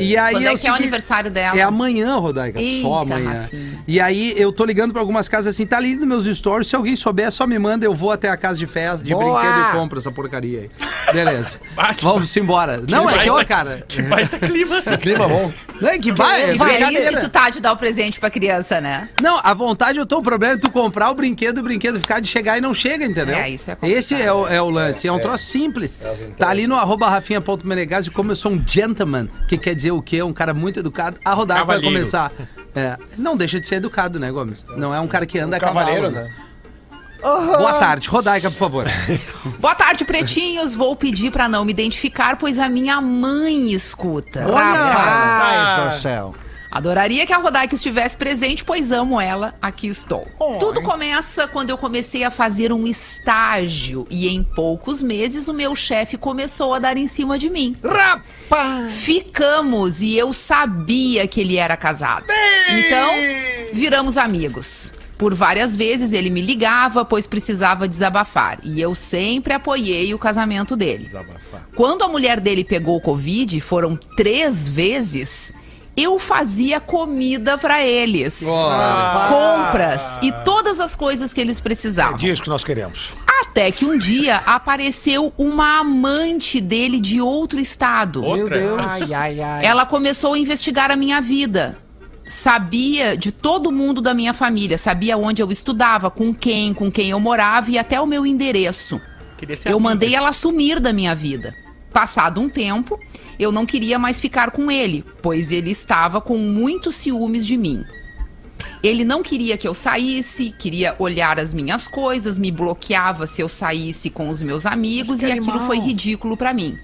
[SPEAKER 2] E aí
[SPEAKER 6] Quando é
[SPEAKER 2] eu
[SPEAKER 6] que é o
[SPEAKER 2] segui-
[SPEAKER 6] aniversário dela?
[SPEAKER 2] É amanhã, Rodaica, só
[SPEAKER 6] Eita,
[SPEAKER 2] amanhã.
[SPEAKER 6] Rafinha.
[SPEAKER 2] E aí eu tô ligando pra algumas casas assim, tá ali nos meus stories, se alguém souber, só me manda, eu vou até a casa de festa, de
[SPEAKER 6] Boa!
[SPEAKER 2] brinquedo e compro essa porcaria aí. Beleza.
[SPEAKER 5] Bah, que
[SPEAKER 2] Vamos embora. Não, é que, ó, cara...
[SPEAKER 5] Que baita clima.
[SPEAKER 4] Clima bom.
[SPEAKER 2] Não, é que vai, é
[SPEAKER 6] E feliz
[SPEAKER 2] brincadeira.
[SPEAKER 6] que tu tá de dar o presente pra criança, né?
[SPEAKER 2] Não, à vontade eu tô. O problema é tu comprar o brinquedo, o brinquedo ficar de chegar e não chega, entendeu?
[SPEAKER 6] É, isso é complicado.
[SPEAKER 2] Esse é o, é o lance. É um troço simples. Tá ali no arroba rafinha.menegas e como eu sou um gentleman, que quer dizer o quê? Um cara muito educado. A rodada vai
[SPEAKER 5] Cavalheiro.
[SPEAKER 2] começar. É, não deixa de ser educado, né, Gomes? Não é um cara que anda a cavalo.
[SPEAKER 4] Cavaleiro,
[SPEAKER 2] Né?
[SPEAKER 4] né?
[SPEAKER 2] Boa tarde. Rodaica, por favor.
[SPEAKER 6] Boa tarde, pretinhos. Vou pedir pra não me identificar, pois a minha mãe escuta.
[SPEAKER 2] Olha!
[SPEAKER 3] Paz do céu.
[SPEAKER 6] Adoraria que a Rodaica estivesse presente, pois amo ela. Aqui estou. Tudo começa quando eu comecei a fazer um estágio e em poucos meses o meu chefe começou a dar em cima de mim. Rapaz! Ficamos e eu sabia que ele era casado. Então, viramos amigos. Por várias vezes ele me ligava, pois precisava desabafar. E eu sempre apoiei o casamento dele. Quando a mulher dele pegou o Covid, foram três vezes, eu fazia comida pra eles. Compras e todas as coisas que eles
[SPEAKER 7] É
[SPEAKER 6] precisavam.
[SPEAKER 7] disso que nós queremos.
[SPEAKER 6] Até que um dia apareceu uma amante dele de outro estado.
[SPEAKER 5] Outra?
[SPEAKER 3] Ai, ai, ai.
[SPEAKER 6] Ela começou a investigar a minha vida. Sabia de todo mundo da minha família, sabia onde eu estudava, com quem, com quem eu morava e até o meu endereço.
[SPEAKER 5] Ah, Queria ser
[SPEAKER 6] Eu
[SPEAKER 5] amigo.
[SPEAKER 6] mandei ela sumir da minha vida. Passado um tempo, eu não queria mais ficar com ele, pois ele estava com muitos ciúmes de mim. Ele não queria que eu saísse, queria olhar as minhas coisas, me bloqueava se eu saísse com os meus amigos e aquilo foi ridículo pra mim.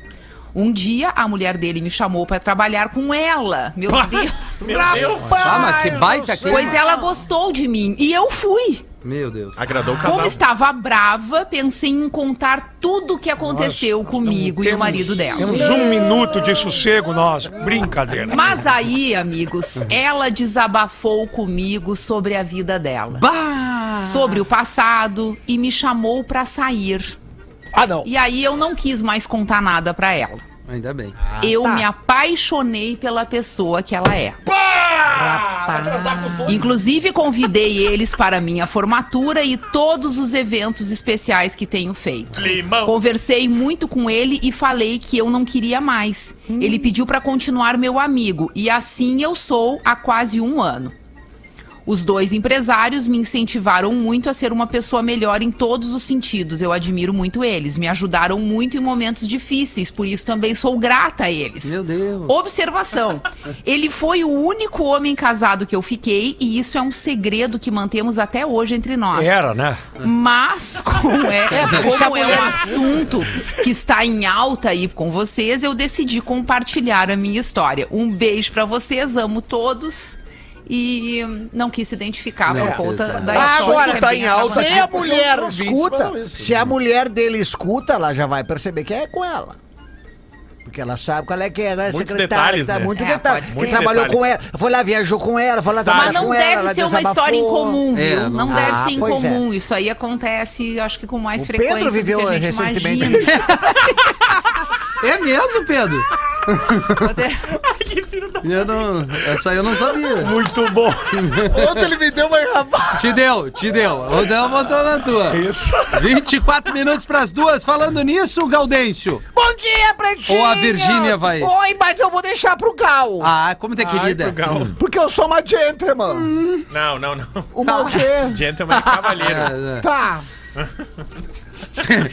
[SPEAKER 6] Um dia a mulher dele me chamou pra trabalhar com ela. Meu Deus.
[SPEAKER 5] Meu Deus.
[SPEAKER 2] Ah, mas que baita que...
[SPEAKER 6] Pois ela gostou de mim e eu fui.
[SPEAKER 2] Meu Deus.
[SPEAKER 5] Agradou o
[SPEAKER 6] Como
[SPEAKER 5] casal.
[SPEAKER 6] estava brava, pensei em contar tudo o que aconteceu comigo e o
[SPEAKER 7] temos-
[SPEAKER 6] marido dela.
[SPEAKER 7] Temos um minuto de sossego nós. Brincadeira.
[SPEAKER 6] Mas aí, amigos, ela desabafou comigo sobre a vida dela,
[SPEAKER 2] Bah!
[SPEAKER 6] sobre o passado e me chamou pra sair.
[SPEAKER 7] Ah, não.
[SPEAKER 6] E aí eu não quis mais contar nada pra ela.
[SPEAKER 2] Ainda bem.
[SPEAKER 7] Ah,
[SPEAKER 6] eu
[SPEAKER 7] tá.
[SPEAKER 6] me apaixonei pela pessoa que ela é. Inclusive convidei eles para minha formatura e todos os eventos especiais que tenho feito.
[SPEAKER 5] Limão.
[SPEAKER 6] Conversei muito com ele e falei que eu não queria mais.
[SPEAKER 2] Hum.
[SPEAKER 6] Ele pediu para continuar meu amigo e assim eu sou há quase um ano. Os dois empresários me incentivaram muito a ser uma pessoa melhor em todos os sentidos. Eu admiro muito eles, me ajudaram muito em momentos difíceis, por isso também sou grata a eles.
[SPEAKER 2] Meu Deus.
[SPEAKER 6] Observação. Ele foi o único homem casado que eu fiquei e isso é um segredo que mantemos até hoje entre nós.
[SPEAKER 7] Era, né?
[SPEAKER 6] Mas como é, como é um assunto que está em alta aí com vocês, eu decidi compartilhar a minha história. Um beijo pra vocês, amo todos. E não quis se identificar
[SPEAKER 2] Não,
[SPEAKER 6] por conta
[SPEAKER 2] beleza.
[SPEAKER 6] da
[SPEAKER 3] Ah,
[SPEAKER 6] história.
[SPEAKER 3] agora
[SPEAKER 6] que é
[SPEAKER 3] tá
[SPEAKER 6] bem
[SPEAKER 3] em alta. Se
[SPEAKER 6] relacionada.
[SPEAKER 3] a mulher
[SPEAKER 4] ouvintes falam
[SPEAKER 3] escuta,
[SPEAKER 4] isso.
[SPEAKER 3] se a mulher dele escuta, ela já vai perceber que é com ela. Porque ela sabe qual é que é, né?
[SPEAKER 5] Muitos
[SPEAKER 3] secretária,
[SPEAKER 5] detalhes,
[SPEAKER 3] tá,
[SPEAKER 5] né?
[SPEAKER 3] Muito
[SPEAKER 6] É,
[SPEAKER 3] detalhe.
[SPEAKER 6] pode
[SPEAKER 3] Que
[SPEAKER 6] ser.
[SPEAKER 5] Muito
[SPEAKER 3] trabalhou
[SPEAKER 5] detalhe.
[SPEAKER 3] com ela, foi lá, viajou com ela, foi lá trabalhar
[SPEAKER 6] Mas
[SPEAKER 3] com
[SPEAKER 6] não
[SPEAKER 3] ela,
[SPEAKER 6] deve
[SPEAKER 3] ela
[SPEAKER 6] ser uma história em
[SPEAKER 3] desabafou.
[SPEAKER 6] comum, viu?
[SPEAKER 2] É,
[SPEAKER 6] não,
[SPEAKER 2] não-
[SPEAKER 6] deve
[SPEAKER 3] Ah,
[SPEAKER 6] ser em
[SPEAKER 3] pois é.
[SPEAKER 6] comum. Isso aí acontece, acho que com mais
[SPEAKER 3] O
[SPEAKER 6] frequência.
[SPEAKER 3] Pedro
[SPEAKER 6] do que
[SPEAKER 3] viveu
[SPEAKER 6] a gente
[SPEAKER 3] recentemente.
[SPEAKER 6] imagina. né?
[SPEAKER 2] É mesmo, Pedro? Eu não... Essa aí eu não sabia.
[SPEAKER 7] Muito bom.
[SPEAKER 3] Ontem ele me deu uma enrabada.
[SPEAKER 2] Te deu, te deu. O Dão botou na tua.
[SPEAKER 7] Isso.
[SPEAKER 2] 24 minutos pras duas. Falando nisso, Gaudêncio.
[SPEAKER 3] Bom dia, Pretinho!
[SPEAKER 2] Ou a Virgínia vai.
[SPEAKER 3] Oi, mas eu vou deixar pro Gal.
[SPEAKER 2] Ah, como tu é querida.
[SPEAKER 5] Ai, pro Gal.
[SPEAKER 3] Porque eu sou uma gentleman.
[SPEAKER 5] Não, não, não.
[SPEAKER 3] Uma o quê?
[SPEAKER 5] Gentleman é cavalheiro.
[SPEAKER 2] É, é.
[SPEAKER 3] Tá.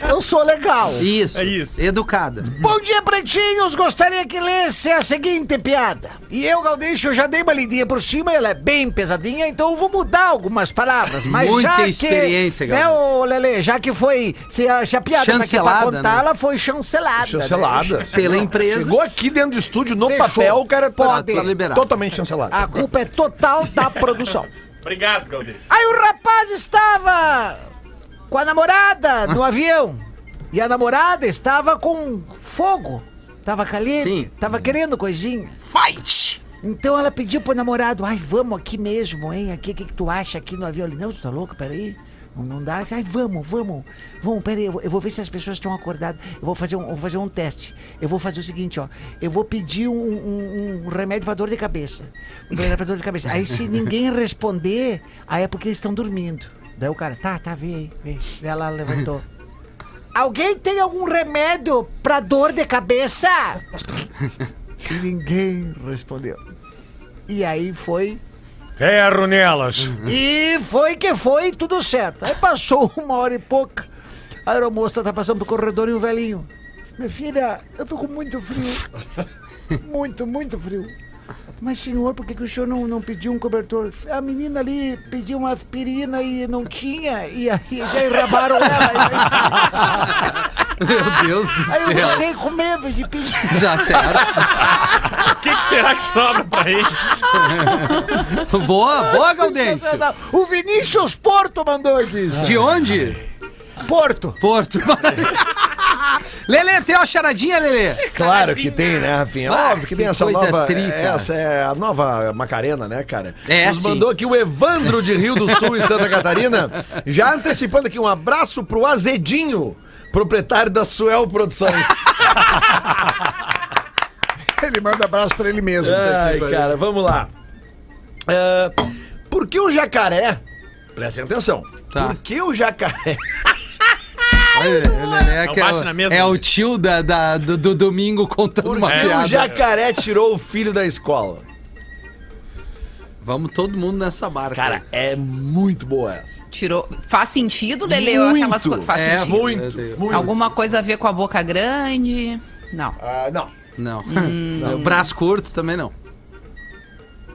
[SPEAKER 3] eu sou legal.
[SPEAKER 2] Isso.
[SPEAKER 5] É isso.
[SPEAKER 2] Educada.
[SPEAKER 3] Bom dia, pretinhos! Gostaria que lesse a seguinte piada. E eu, Gaudêncio, já dei uma lidinha por cima, ela é bem pesadinha, então eu vou mudar algumas palavas. Mas
[SPEAKER 2] Muita
[SPEAKER 3] já que,
[SPEAKER 2] experiência,
[SPEAKER 3] né,
[SPEAKER 2] Gaudêncio.
[SPEAKER 3] ô Lele, já que foi. Se a, se a piada tá aqui pra
[SPEAKER 2] Chancelada,
[SPEAKER 3] contar,
[SPEAKER 2] né?
[SPEAKER 3] ela foi chancelada. né?
[SPEAKER 4] Chancelada.
[SPEAKER 2] Pela empresa.
[SPEAKER 4] Chegou aqui dentro do estúdio, no
[SPEAKER 3] Fechou.
[SPEAKER 4] papel, o cara tá,
[SPEAKER 2] Pode.
[SPEAKER 4] tá liberado. totalmente chancelado.
[SPEAKER 3] A culpa é total da produção.
[SPEAKER 5] Obrigado, Galdês.
[SPEAKER 3] Aí o rapaz estava com a namorada no avião. E a namorada estava com fogo. Tava
[SPEAKER 2] Sim.
[SPEAKER 3] caliente, tava querendo coisinha.
[SPEAKER 2] Fight!
[SPEAKER 3] Então ela pediu pro namorado, ai, vamos aqui mesmo, hein? Aqui, o que, que tu acha aqui no avião? Ele, não, tu tá louco, peraí.
[SPEAKER 11] Não, não dá. Ai, vamos, vamos. Vamos, peraí, eu, vou- eu vou ver se as pessoas estão acordadas. Eu vou fazer um, eu vou fazer um teste. Eu vou fazer o seguinte, ó. Eu vou pedir um, um- um remédio pra dor de cabeça. Um remédio pra dor de cabeça. Aí se ninguém responder, aí é porque eles estão dormindo. Daí o cara, tá, tá, vê aí, vê. Daí Ela levantou. Alguém tem algum remédio pra dor de cabeça? e ninguém respondeu. E aí foi
[SPEAKER 7] Ferro nelas.
[SPEAKER 11] e foi que foi, tudo certo. Aí passou uma hora e pouca. A aeromoça tá passando pro corredor e o velhinho. Minha filha, eu tô com muito frio. Muito, muito frio. Mas senhor, por que, que o senhor não, não pediu um cobertor? A menina ali pediu uma aspirina e não tinha, e aí já enrabaram ela.
[SPEAKER 2] Meu Deus do
[SPEAKER 11] Aí eu
[SPEAKER 2] céu.
[SPEAKER 11] fiquei com medo de pedir.
[SPEAKER 2] Tá certo.
[SPEAKER 5] O que, que será que sobra pra ele?
[SPEAKER 2] Boa, boa, Gaudêncio.
[SPEAKER 11] O Vinícius Porto mandou aqui.
[SPEAKER 2] De onde?
[SPEAKER 11] Porto.
[SPEAKER 2] Porto. Lelê, tem uma charadinha, Lelê?
[SPEAKER 4] Claro que tem, né, Rafinha?
[SPEAKER 2] Ah,
[SPEAKER 4] Óbvio que tem
[SPEAKER 2] que
[SPEAKER 4] essa
[SPEAKER 2] coisa
[SPEAKER 4] nova.
[SPEAKER 2] tri, cara.
[SPEAKER 4] essa é a nova Macarena, né, cara?
[SPEAKER 2] É,
[SPEAKER 4] Nos
[SPEAKER 2] sim.
[SPEAKER 4] mandou aqui o Evandro de Rio do Sul e Santa Catarina. Já antecipando aqui um abraço pro Azedinho, proprietário da Suel Produções.
[SPEAKER 12] Ele manda abraço pra ele mesmo. tá
[SPEAKER 4] Ai, cara, vamos lá. É, por que o jacaré? Prestem atenção.
[SPEAKER 2] Tá.
[SPEAKER 4] Por que o jacaré.
[SPEAKER 2] Ai, Lelê é,
[SPEAKER 5] Não
[SPEAKER 2] que é,
[SPEAKER 5] bate
[SPEAKER 2] o-
[SPEAKER 5] na mesa,
[SPEAKER 2] é o
[SPEAKER 5] né?
[SPEAKER 2] tio da, da- do, do domingo contando
[SPEAKER 4] Por
[SPEAKER 2] uma
[SPEAKER 4] que
[SPEAKER 2] É
[SPEAKER 4] o
[SPEAKER 2] piada.
[SPEAKER 4] jacaré tirou o filho da escola?
[SPEAKER 2] Vamos todo mundo nessa barca.
[SPEAKER 4] Cara, é muito boa essa.
[SPEAKER 6] Tirou. Faz sentido, Lele? ou Aquelas
[SPEAKER 4] Muito.
[SPEAKER 6] co- faz
[SPEAKER 2] É,
[SPEAKER 6] sentido.
[SPEAKER 2] muito, muito.
[SPEAKER 6] Alguma coisa a ver com a boca grande? Não.
[SPEAKER 4] Ah, não.
[SPEAKER 2] Não. Hum, Não. Braço curto também não.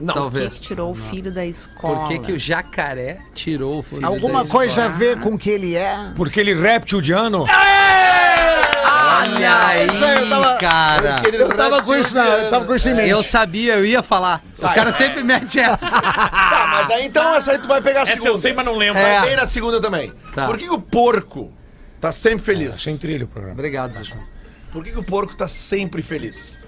[SPEAKER 4] Não.
[SPEAKER 6] Por que,
[SPEAKER 2] Talvez.
[SPEAKER 6] que tirou o filho da escola?
[SPEAKER 2] Por que, que o jacaré tirou o filho
[SPEAKER 11] Alguma
[SPEAKER 2] da
[SPEAKER 11] coisa a ver com o que ele é?
[SPEAKER 7] Porque ele réptil de ano.
[SPEAKER 6] Ah,
[SPEAKER 2] escola?
[SPEAKER 6] não.
[SPEAKER 2] Olha aí, cara.
[SPEAKER 12] Eu tava com isso, na,
[SPEAKER 5] né?
[SPEAKER 12] eu tava com
[SPEAKER 11] É.
[SPEAKER 12] isso em mente.
[SPEAKER 2] Eu sabia, eu ia falar. O cara sempre mete essa.
[SPEAKER 4] Tá, mas aí então essa aí tu vai pegar a
[SPEAKER 5] Ah. Essa
[SPEAKER 4] segunda.
[SPEAKER 5] eu sei, mas não lembro.
[SPEAKER 2] É.
[SPEAKER 4] Vai bem na segunda também.
[SPEAKER 2] Tá. É,
[SPEAKER 4] Por que, que o porco tá sempre feliz?
[SPEAKER 7] Sem trilho o programa.
[SPEAKER 2] Obrigado, pessoal.
[SPEAKER 4] Por que, que o porco tá sempre feliz?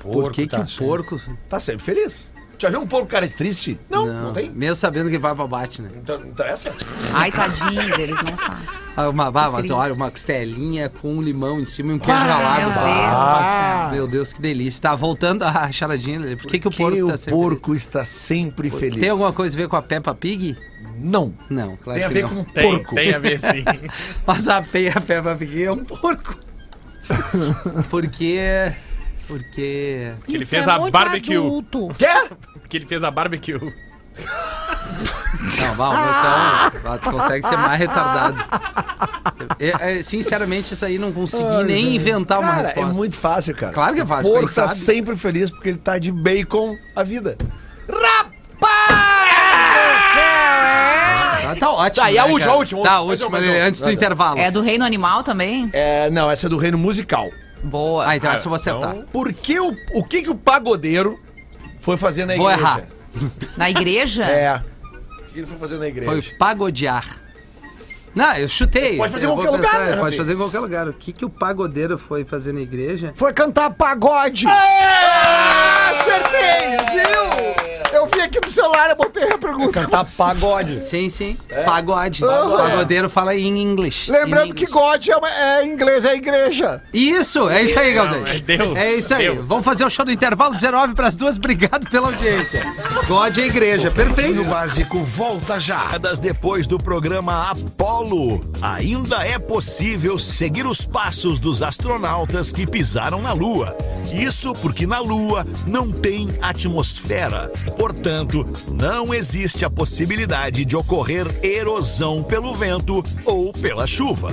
[SPEAKER 2] Por que, que
[SPEAKER 7] tá
[SPEAKER 2] o
[SPEAKER 7] assim.
[SPEAKER 2] porco.
[SPEAKER 4] Tá sempre feliz. Já viu um porco cara de triste? Não, não, tem.
[SPEAKER 2] Mesmo sabendo que vai pra bate, né?
[SPEAKER 4] Então, então essa?
[SPEAKER 6] Ai, tadinhos, eles não sabem.
[SPEAKER 2] Ah, Uma, ah, mas olha, uma costelinha com um limão em cima e um queijo ralado.
[SPEAKER 4] é
[SPEAKER 6] Ah,
[SPEAKER 2] Meu Deus, que delícia. Tá voltando a charadinha. Lelê. Por que, que o porco tá sempre.
[SPEAKER 4] está sempre feliz?
[SPEAKER 2] Tem alguma coisa a ver com a Peppa Pig?
[SPEAKER 4] Não.
[SPEAKER 2] Não, claro
[SPEAKER 4] Tem a
[SPEAKER 2] que
[SPEAKER 4] ver
[SPEAKER 2] não.
[SPEAKER 4] com o
[SPEAKER 5] Tem,
[SPEAKER 4] porco.
[SPEAKER 5] tem a ver sim.
[SPEAKER 2] Mas a Pe- a Peppa Pig é um porco. Porque. Porque.
[SPEAKER 5] Que ele
[SPEAKER 11] É
[SPEAKER 5] fez a barbecue.
[SPEAKER 4] Quer?
[SPEAKER 5] Que ele fez a barbecue.
[SPEAKER 2] Não, vamos, então. ah, Tu consegue ser mais retardado. É, é, sinceramente, isso aí não consegui nem inventar uma
[SPEAKER 4] Cara, é
[SPEAKER 2] resposta.
[SPEAKER 4] muito fácil, cara.
[SPEAKER 2] Claro que é fácil,
[SPEAKER 4] O
[SPEAKER 2] quem
[SPEAKER 4] porco tá
[SPEAKER 2] sabe?
[SPEAKER 4] sempre feliz porque ele tá de bacon a vida.
[SPEAKER 2] Tá, tá ótimo.
[SPEAKER 4] Tá, e a última,
[SPEAKER 2] cara?
[SPEAKER 4] a última,
[SPEAKER 2] Tá, a
[SPEAKER 4] mais
[SPEAKER 2] última,
[SPEAKER 4] uma, mais uma.
[SPEAKER 2] antes do
[SPEAKER 4] Vai, vai.
[SPEAKER 2] intervalo.
[SPEAKER 6] É do reino animal também?
[SPEAKER 4] É, não, essa é do reino musical.
[SPEAKER 6] Boa.
[SPEAKER 2] Ah, então essa eu vou acertar.
[SPEAKER 5] Então-
[SPEAKER 4] Por que o, o que que o pagodeiro foi fazer na
[SPEAKER 2] Vou
[SPEAKER 4] igreja?
[SPEAKER 2] errar.
[SPEAKER 6] Na igreja?
[SPEAKER 4] É. O que ele foi fazer na igreja?
[SPEAKER 2] Foi o pagodear. Não, eu chutei.
[SPEAKER 4] Pode fazer em
[SPEAKER 2] Eu vou
[SPEAKER 4] qualquer lugar, né,
[SPEAKER 2] Pode
[SPEAKER 4] Rafinha?
[SPEAKER 2] fazer em qualquer lugar. O que, que o pagodeiro foi fazer na igreja?
[SPEAKER 12] Foi cantar pagode.
[SPEAKER 4] Acertei!
[SPEAKER 12] Viu?
[SPEAKER 2] É.
[SPEAKER 12] Eu vi aqui no celular, eu botei a pergunta.
[SPEAKER 7] Cantar pagode.
[SPEAKER 2] Sim, sim.
[SPEAKER 5] É.
[SPEAKER 2] Pagode. Pagodeiro fala em inglês. In
[SPEAKER 12] Lembrando
[SPEAKER 2] English.
[SPEAKER 12] que God é, uma- é inglês, é igreja.
[SPEAKER 2] Isso, é isso aí, Galdês.
[SPEAKER 5] é Deus,
[SPEAKER 2] É isso aí.
[SPEAKER 5] Deus.
[SPEAKER 2] Vamos fazer o show do intervalo 19 para as duas. Obrigado pela audiência. God é igreja. Perfeito.
[SPEAKER 1] Pretinho Básico volta já. Depois do programa Apollo, ainda é possível seguir os passos dos astronautas que pisaram na Lua. Isso porque na Lua não tem atmosfera. Portanto, não existe a possibilidade de ocorrer erosão pelo vento ou pela chuva.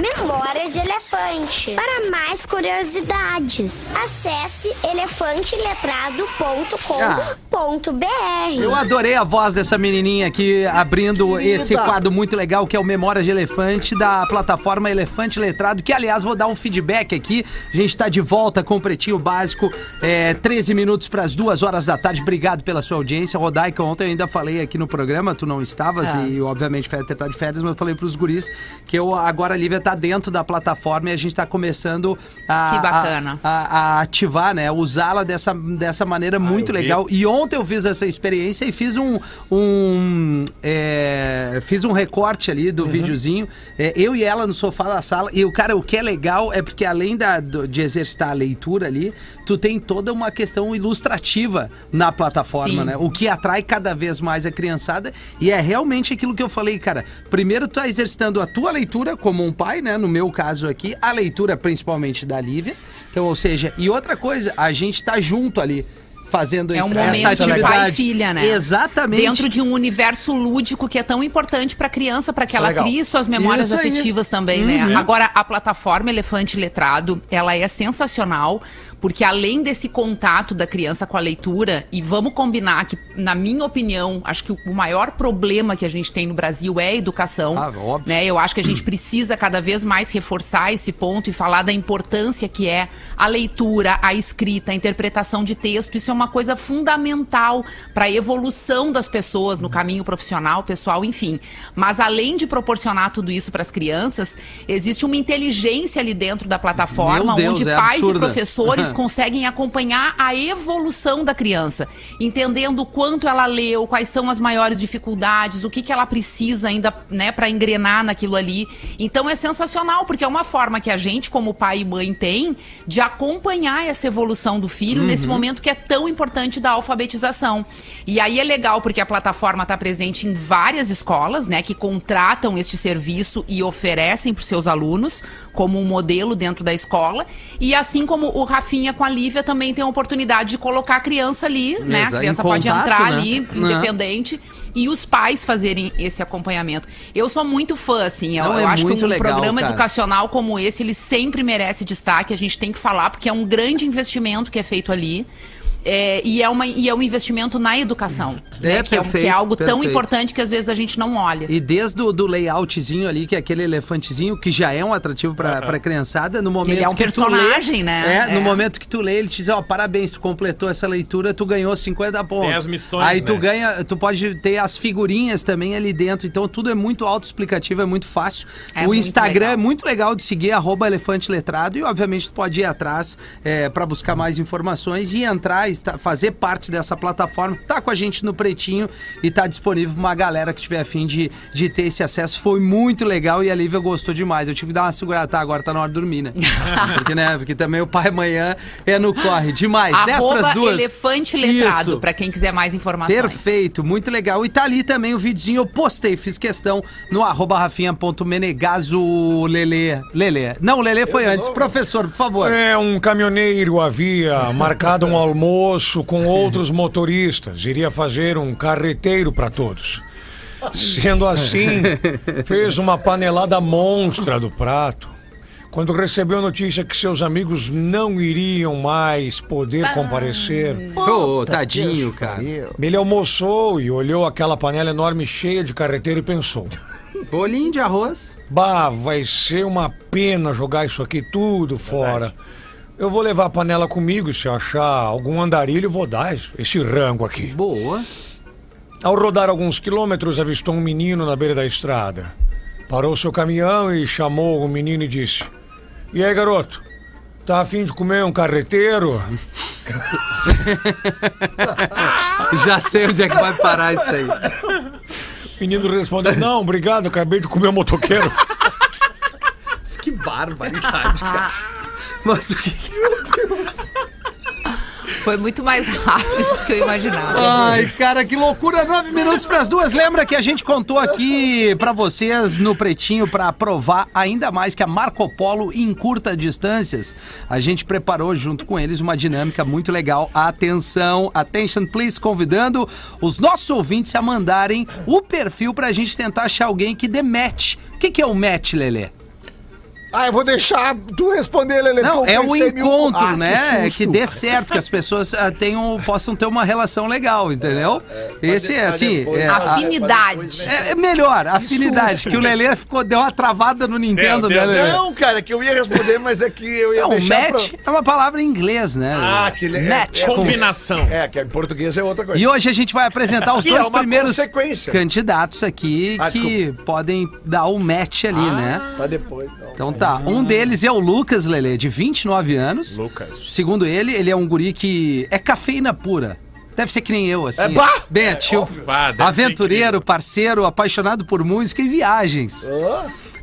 [SPEAKER 13] Memória de elefante. Para mais curiosidades, acesse
[SPEAKER 2] Eu
[SPEAKER 13] elefanteletrado.com.br.
[SPEAKER 2] adorei a voz dessa menininha aqui abrindo esse quadro muito legal que é o Memória de Elefante da plataforma Elefante Letrado, que aliás vou dar um feedback aqui. A gente tá de volta com o Pretinho Básico, é, 13 minutos para as 2 horas da tarde. Obrigado pela pela sua audiência. Rodaica, ontem eu ainda falei aqui no programa, tu não estavas
[SPEAKER 6] É.
[SPEAKER 2] e obviamente Fetter tá de férias, mas eu falei pros guris que eu agora a Lívia tá dentro da plataforma e a gente tá começando a,
[SPEAKER 6] Que bacana.
[SPEAKER 2] a- a- a ativar, né? Usá-la dessa, dessa maneira muito
[SPEAKER 5] Ah, eu vi.
[SPEAKER 2] legal. E ontem eu fiz essa experiência e fiz um. um é, fiz um recorte ali
[SPEAKER 5] Uhum.
[SPEAKER 2] do videozinho. É, eu e ela no sofá da sala. E o cara, o que é legal é porque além da, do- de exercitar a leitura ali, tu tem toda uma questão ilustrativa na plataforma,
[SPEAKER 6] Sim.
[SPEAKER 2] né? O que atrai cada vez mais a criançada. E é realmente aquilo que eu falei, cara. Primeiro, tu tá exercitando a tua leitura como um pai, né? No meu caso aqui, a leitura principalmente da Lívia. Então, ou seja, e outra coisa, a gente tá junto ali. Fazendo
[SPEAKER 6] É
[SPEAKER 2] essa-
[SPEAKER 6] um
[SPEAKER 2] essa
[SPEAKER 6] momento de
[SPEAKER 2] atividade.
[SPEAKER 6] pai e filha, né?
[SPEAKER 2] Exatamente.
[SPEAKER 6] Dentro de um universo lúdico que é tão importante pra criança, pra que ela crie suas memórias
[SPEAKER 2] é Isso aí. Uhum.
[SPEAKER 6] afetivas também, né? Agora, a plataforma Elefante Letrado, ela é sensacional, porque além desse contato da criança com a leitura, e vamos combinar que, na minha opinião, acho que o maior problema que a gente tem no Brasil é a educação.
[SPEAKER 2] Ah, óbvio.
[SPEAKER 6] né? Eu acho que a gente precisa cada vez mais reforçar esse ponto e falar da importância que é a leitura, a escrita, a interpretação de texto. Isso é uma coisa fundamental para a evolução das pessoas no caminho profissional, pessoal, enfim. Mas além de proporcionar tudo isso para as crianças, existe uma inteligência ali dentro da
[SPEAKER 2] Meu
[SPEAKER 6] plataforma
[SPEAKER 2] Deus,
[SPEAKER 6] onde
[SPEAKER 2] é
[SPEAKER 6] pais
[SPEAKER 2] absurda.
[SPEAKER 6] e professores conseguem acompanhar a evolução da criança, entendendo quanto ela leu, quais são as maiores dificuldades, o que, que ela precisa ainda, né, para engrenar naquilo ali. Então é sensacional, porque é uma forma que a gente, como pai e mãe, tem de acompanhar essa evolução do filho nesse momento que é tão importante da alfabetização. E aí é legal porque a plataforma está presente em várias escolas, né, que contratam este serviço e oferecem para os seus alunos como um modelo dentro da escola. E assim como o Rafinha com a Lívia também tem a oportunidade de colocar a criança ali, né?
[SPEAKER 2] Exa-
[SPEAKER 6] A criança
[SPEAKER 2] em
[SPEAKER 6] pode
[SPEAKER 2] contato,
[SPEAKER 6] entrar
[SPEAKER 2] né?
[SPEAKER 6] ali,
[SPEAKER 2] Né?
[SPEAKER 6] independente, e os pais fazerem esse acompanhamento. Eu sou muito fã, assim. Eu,
[SPEAKER 2] Não, é
[SPEAKER 6] eu acho que
[SPEAKER 2] muito
[SPEAKER 6] um
[SPEAKER 2] legal,
[SPEAKER 6] programa
[SPEAKER 2] cara.
[SPEAKER 6] educacional como esse, ele sempre merece destaque. A gente tem que falar, porque é um grande investimento que é feito ali. É, e, é uma, e é um investimento na educação.
[SPEAKER 2] É,
[SPEAKER 6] né, que, é um- que é
[SPEAKER 2] perfeito,
[SPEAKER 6] algo tão
[SPEAKER 2] perfeito.
[SPEAKER 6] importante que às vezes a gente não olha.
[SPEAKER 2] E desde o do layoutzinho ali, que é aquele elefantezinho, que já é um atrativo pra, pra criançada, no momento
[SPEAKER 6] Ele é um
[SPEAKER 2] que tu lê,
[SPEAKER 6] personagem, né?
[SPEAKER 2] É, no
[SPEAKER 6] É.
[SPEAKER 2] momento que tu lê, ele te diz, ó, parabéns, tu completou essa leitura, tu ganhou 50 pontos.
[SPEAKER 5] as missões,
[SPEAKER 2] Aí tu
[SPEAKER 6] É.
[SPEAKER 5] né?
[SPEAKER 2] ganha, tu pode ter as figurinhas também ali dentro, então tudo é muito autoexplicativo, é muito fácil.
[SPEAKER 6] É
[SPEAKER 2] o
[SPEAKER 6] muito
[SPEAKER 2] Instagram
[SPEAKER 6] legal.
[SPEAKER 2] é muito legal de seguir, arroba elefante letrado, e obviamente tu pode ir atrás é, para buscar mais informações e entrar, e esta- fazer parte dessa plataforma, tá com a gente no pretinho e tá disponível pra uma galera que tiver afim de, de ter esse acesso. Foi muito legal e a Lívia gostou demais. Eu tive que dar uma segurada, tá, agora tá na hora de dormir, né? Porque, né, porque também o pai amanhã é no corre. Demais, 10 né, pras
[SPEAKER 6] Arroba
[SPEAKER 2] duas.
[SPEAKER 6] Elefante Letrado,
[SPEAKER 2] Isso.
[SPEAKER 6] pra quem quiser mais informações.
[SPEAKER 2] Perfeito, muito legal. E tá ali também o videozinho, eu postei, fiz questão no arroba rafinha.menegaso lele. Lele. Não, lele foi antes. Professor, por favor.
[SPEAKER 7] É, um caminhoneiro havia marcado um almoço com outros motoristas. Iria fazer um carreteiro para todos. Sendo assim, fez uma panelada monstra do prato. Quando recebeu a notícia que seus amigos não iriam mais poder comparecer,
[SPEAKER 2] Ô, tadinho,
[SPEAKER 8] Deus,
[SPEAKER 2] cara.
[SPEAKER 8] pariu.
[SPEAKER 7] ele almoçou e olhou aquela panela enorme cheia de carreteiro e pensou:
[SPEAKER 2] Bolinho de arroz.
[SPEAKER 7] Bah, vai ser uma pena jogar isso aqui tudo fora. Eu vou levar a panela comigo, se eu achar algum andarilho, vou dar es- esse rango aqui.
[SPEAKER 2] Boa.
[SPEAKER 7] Ao rodar alguns quilômetros, avistou um menino na beira da estrada. Parou seu caminhão e chamou o menino e disse: E aí, garoto? Tá afim de comer um carreteiro?
[SPEAKER 2] Já sei onde é que vai parar isso aí.
[SPEAKER 7] O menino respondeu: Não, obrigado, acabei de comer um motoqueiro.
[SPEAKER 2] Mas Que barbaridade, cara. Mas o que.
[SPEAKER 6] Foi muito mais rápido do que eu imaginava.
[SPEAKER 2] Ai, cara, que loucura! Nove minutos para as duas. Lembra que a gente contou aqui para vocês no Pretinho para provar ainda mais que a Marco Polo encurta distâncias. A gente preparou junto com eles uma dinâmica muito legal. Atenção, attention please, convidando os nossos ouvintes a mandarem o perfil para a gente tentar achar alguém que dê match. O que, que é o match, Lelê?
[SPEAKER 11] Ah, eu vou deixar tu responder, Lelê.
[SPEAKER 2] Não,
[SPEAKER 11] porque
[SPEAKER 2] é
[SPEAKER 11] eu
[SPEAKER 2] o
[SPEAKER 11] pensei mil-
[SPEAKER 2] encontro,
[SPEAKER 11] Ah,
[SPEAKER 2] né? Que,
[SPEAKER 11] susto.
[SPEAKER 2] dê certo, que as pessoas ah, tenham, possam ter uma relação legal, entendeu? Esse é assim. é,
[SPEAKER 6] Afinidade.
[SPEAKER 2] É, é melhor, afinidade. Que o Lelê ficou, deu uma travada no Nintendo, né, Lelê?
[SPEAKER 11] Não, cara, que eu ia responder, mas é que eu ia
[SPEAKER 2] Não,
[SPEAKER 11] deixar...
[SPEAKER 2] match é uma palavra em inglês, né? Lelê?
[SPEAKER 11] Ah, que le-
[SPEAKER 2] Match.
[SPEAKER 11] é- é-
[SPEAKER 5] Combinação.
[SPEAKER 11] É, que em português é outra coisa.
[SPEAKER 2] E hoje a gente vai apresentar os
[SPEAKER 11] Que
[SPEAKER 2] dois
[SPEAKER 11] é uma
[SPEAKER 2] primeiros
[SPEAKER 11] consequência.
[SPEAKER 2] candidatos aqui
[SPEAKER 11] Ah,
[SPEAKER 2] que podem dar o match ali, né?
[SPEAKER 11] Pra depois. não.
[SPEAKER 2] Então tá, um deles é o Lucas Lele, de 29 anos.
[SPEAKER 5] Lucas.
[SPEAKER 2] Segundo ele, ele é um guri que é cafeína pura. Deve ser que nem eu, assim.
[SPEAKER 11] É, bah!
[SPEAKER 2] Bem ativo,
[SPEAKER 5] Ah, deve ser
[SPEAKER 2] aventureiro, parceiro, apaixonado por música e viagens.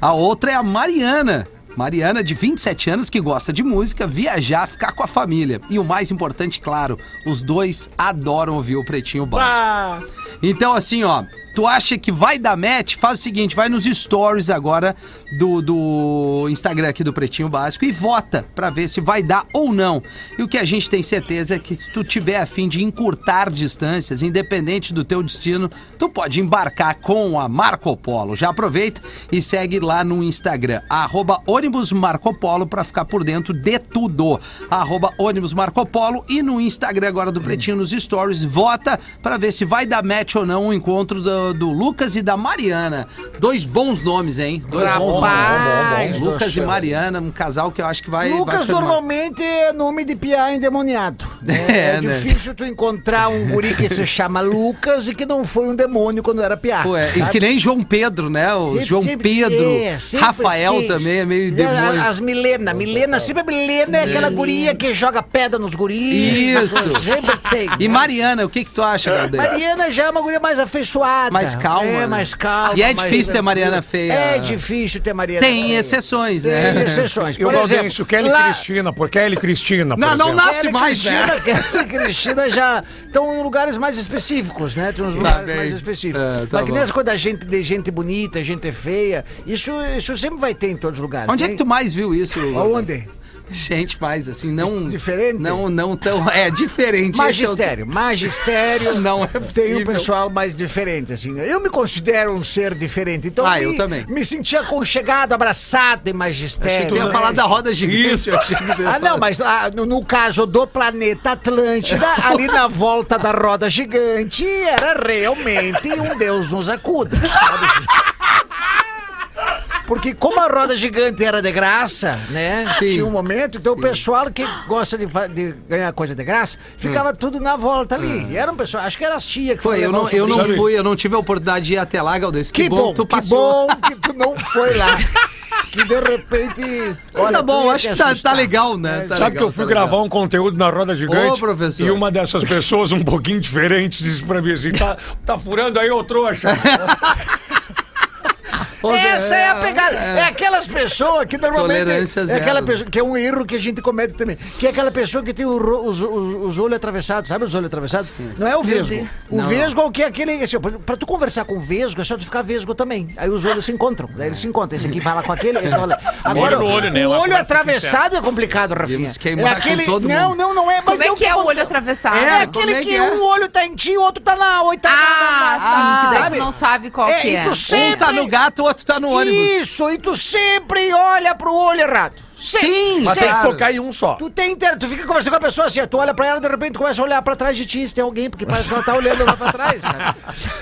[SPEAKER 2] A outra é a Mariana. Mariana, de 27 anos, que gosta de música, viajar, ficar com a família. E o mais importante, claro, os dois adoram ouvir o Pretinho Básico.
[SPEAKER 5] Ah,
[SPEAKER 2] Então, assim, ó. Tu acha que vai dar match? Faz o seguinte, vai nos stories agora do, do Instagram aqui do Pretinho Básico e vota pra ver se vai dar ou não. E o que a gente tem certeza é que se tu tiver a fim de encurtar distâncias, independente do teu destino, tu pode embarcar com a Marco Polo. Já aproveita e segue lá no Instagram, arroba ônibus Marco Polo pra ficar por dentro de tudo. Arroba ônibus Marco Polo e no Instagram agora do Pretinho nos stories, vota pra ver se vai dar match ou não o encontro do, do Lucas e da Mariana. Dois bons nomes, hein? Dois bons nomes. Lucas e Mariana, um casal que eu acho que vai. vai
[SPEAKER 11] Lucas
[SPEAKER 2] firmar.
[SPEAKER 11] normalmente é nome de piá endemoniado. né?
[SPEAKER 2] É,
[SPEAKER 11] É,
[SPEAKER 2] né?
[SPEAKER 11] difícil tu encontrar um guri que se chama Lucas e que não foi um demônio quando era piá.
[SPEAKER 2] Pô, é, e
[SPEAKER 11] sabe?
[SPEAKER 2] que nem João Pedro, né? O
[SPEAKER 11] Sempre-
[SPEAKER 2] João
[SPEAKER 11] sempre-
[SPEAKER 2] Pedro,
[SPEAKER 11] é, sempre
[SPEAKER 2] Rafael
[SPEAKER 11] quis.
[SPEAKER 2] também é meio
[SPEAKER 11] E
[SPEAKER 2] demônio.
[SPEAKER 11] a- As Milena, Milena, sempre a Milena é aquela guria que joga pedra nos guris.
[SPEAKER 2] Isso.
[SPEAKER 11] Sempre tem.
[SPEAKER 2] E Mariana, o que que tu acha, Gabriel?
[SPEAKER 11] Mariana já é uma guria mais afeiçoada.
[SPEAKER 2] Mais calma, né?
[SPEAKER 11] É, mais calma.
[SPEAKER 2] E é
[SPEAKER 11] mais-
[SPEAKER 2] difícil ter Mariana feia.
[SPEAKER 11] É difícil ter Mariana
[SPEAKER 2] Tem
[SPEAKER 11] feia.
[SPEAKER 2] exceções, né?
[SPEAKER 11] Tem exceções.
[SPEAKER 7] E o
[SPEAKER 11] Por exemplo,
[SPEAKER 7] Gaudêncio, Kelly
[SPEAKER 11] lá-
[SPEAKER 7] Cristina, por Kelly Cristina, por
[SPEAKER 2] Não, não
[SPEAKER 7] exemplo.
[SPEAKER 2] nasce
[SPEAKER 11] Kelly
[SPEAKER 2] mais, né?
[SPEAKER 11] Cristina, Kelly Cristina já estão em lugares mais específicos, né? Tem uns lugares
[SPEAKER 2] Tá bem.
[SPEAKER 11] mais específicos.
[SPEAKER 2] É, tá
[SPEAKER 11] Mas que
[SPEAKER 2] bom.
[SPEAKER 11] nem essa coisa da gente, de gente bonita, gente feia, isso, isso sempre vai ter em todos os lugares. né?
[SPEAKER 2] Onde é que tu é mais viu isso?
[SPEAKER 11] Onde?
[SPEAKER 2] Gente, mais assim, não.
[SPEAKER 11] é Diferente?
[SPEAKER 2] Não, não tão. É, diferente. Esse
[SPEAKER 11] Magistério, magistério.
[SPEAKER 2] Não é
[SPEAKER 11] Tem
[SPEAKER 2] possível.
[SPEAKER 11] um pessoal mais diferente, assim. né? Eu me considero um ser diferente. Então
[SPEAKER 2] Ah,
[SPEAKER 11] me,
[SPEAKER 2] eu também.
[SPEAKER 11] Me sentia aconchegado, abraçado em
[SPEAKER 2] é o-
[SPEAKER 11] magistério.
[SPEAKER 2] Tu ia
[SPEAKER 11] né?
[SPEAKER 2] falar da roda gigante.
[SPEAKER 7] Isso.
[SPEAKER 2] eu achei que tu ia
[SPEAKER 11] Ah, não,
[SPEAKER 2] falar.
[SPEAKER 11] mas lá, no, no caso do planeta Atlântida, ali na volta da roda gigante, era realmente um Deus nos acuda. sabe? Porque como a roda gigante era de graça, né?
[SPEAKER 2] Sim. Hum.
[SPEAKER 11] Tinha um momento, então o pessoal que gosta de, fa- de ganhar coisa de graça, ficava tudo na volta ali. E era um pessoal, acho que era as tias que
[SPEAKER 2] Ah. Foi, eu
[SPEAKER 11] levar
[SPEAKER 2] não,
[SPEAKER 11] o
[SPEAKER 2] eu não
[SPEAKER 11] sobrinho.
[SPEAKER 2] fui, eu não tive a oportunidade de ir até lá, Galdês.
[SPEAKER 11] Que, bom,
[SPEAKER 2] tu
[SPEAKER 11] que
[SPEAKER 2] passou.
[SPEAKER 11] bom que tu não foi lá. Que de repente.
[SPEAKER 2] Mas
[SPEAKER 11] olha,
[SPEAKER 2] tá
[SPEAKER 11] tu
[SPEAKER 2] bom,
[SPEAKER 11] ia
[SPEAKER 2] acho
[SPEAKER 11] te
[SPEAKER 2] que tá, tá
[SPEAKER 11] assustar. É,
[SPEAKER 2] legal, né? Tá
[SPEAKER 7] Sabe
[SPEAKER 2] legal,
[SPEAKER 7] que eu fui
[SPEAKER 2] tá legal.
[SPEAKER 7] gravar um conteúdo na Roda Gigante?
[SPEAKER 2] Ô, professor.
[SPEAKER 7] E uma dessas pessoas um pouquinho diferente disse pra mim assim, tá, tá furando aí, ô trouxa. um-
[SPEAKER 11] Essa é a pegada. É aquelas pessoas que normalmente.
[SPEAKER 2] Tolerância
[SPEAKER 11] É aquela
[SPEAKER 2] zero.
[SPEAKER 11] pessoa, que é um erro que a gente comete também. Que é aquela pessoa que tem o ro- os, os- os olhos atravessados, sabe os olhos atravessados? Não é o
[SPEAKER 6] Deus.
[SPEAKER 11] vesgo. O
[SPEAKER 2] Não.
[SPEAKER 11] vesgo é o que é aquele. Assim, ó, pra, pra tu conversar com o vesgo, é só tu ficar vesgo também. Aí os olhos se encontram. Daí eles se encontram. Esse aqui fala com aquele, esse fala. Agora,
[SPEAKER 5] Olho no olho, né?
[SPEAKER 11] o
[SPEAKER 5] Uma
[SPEAKER 11] olho
[SPEAKER 5] conversa
[SPEAKER 11] atravessado é complicado, Rafinha.
[SPEAKER 2] Vamos queimar
[SPEAKER 11] é
[SPEAKER 2] com
[SPEAKER 11] aquele.
[SPEAKER 2] todo
[SPEAKER 11] não,
[SPEAKER 2] mundo.
[SPEAKER 11] não, não é. Mas
[SPEAKER 6] Como é que é o
[SPEAKER 11] acon-
[SPEAKER 6] olho atravessado?
[SPEAKER 11] É
[SPEAKER 2] como é
[SPEAKER 11] aquele
[SPEAKER 2] que
[SPEAKER 11] que
[SPEAKER 2] é?
[SPEAKER 11] um olho tá em ti e o outro tá na oitava.
[SPEAKER 6] Ah, sim, que daí
[SPEAKER 11] sabe?
[SPEAKER 6] tu não sabe qual
[SPEAKER 11] É,
[SPEAKER 6] que
[SPEAKER 11] e
[SPEAKER 6] é.
[SPEAKER 11] tu
[SPEAKER 2] Um tá no gato, o outro tá no ônibus.
[SPEAKER 11] Isso, e tu sempre olha pro olho errado. Sempre,
[SPEAKER 2] Sim,
[SPEAKER 11] sempre.
[SPEAKER 4] Mas tem que focar em um só.
[SPEAKER 11] Tu tem inter... tu fica conversando com a pessoa assim, ó, tu olha pra ela e de repente começa a olhar pra trás de ti, se tem alguém, porque parece que ela tá olhando lá pra trás, sabe?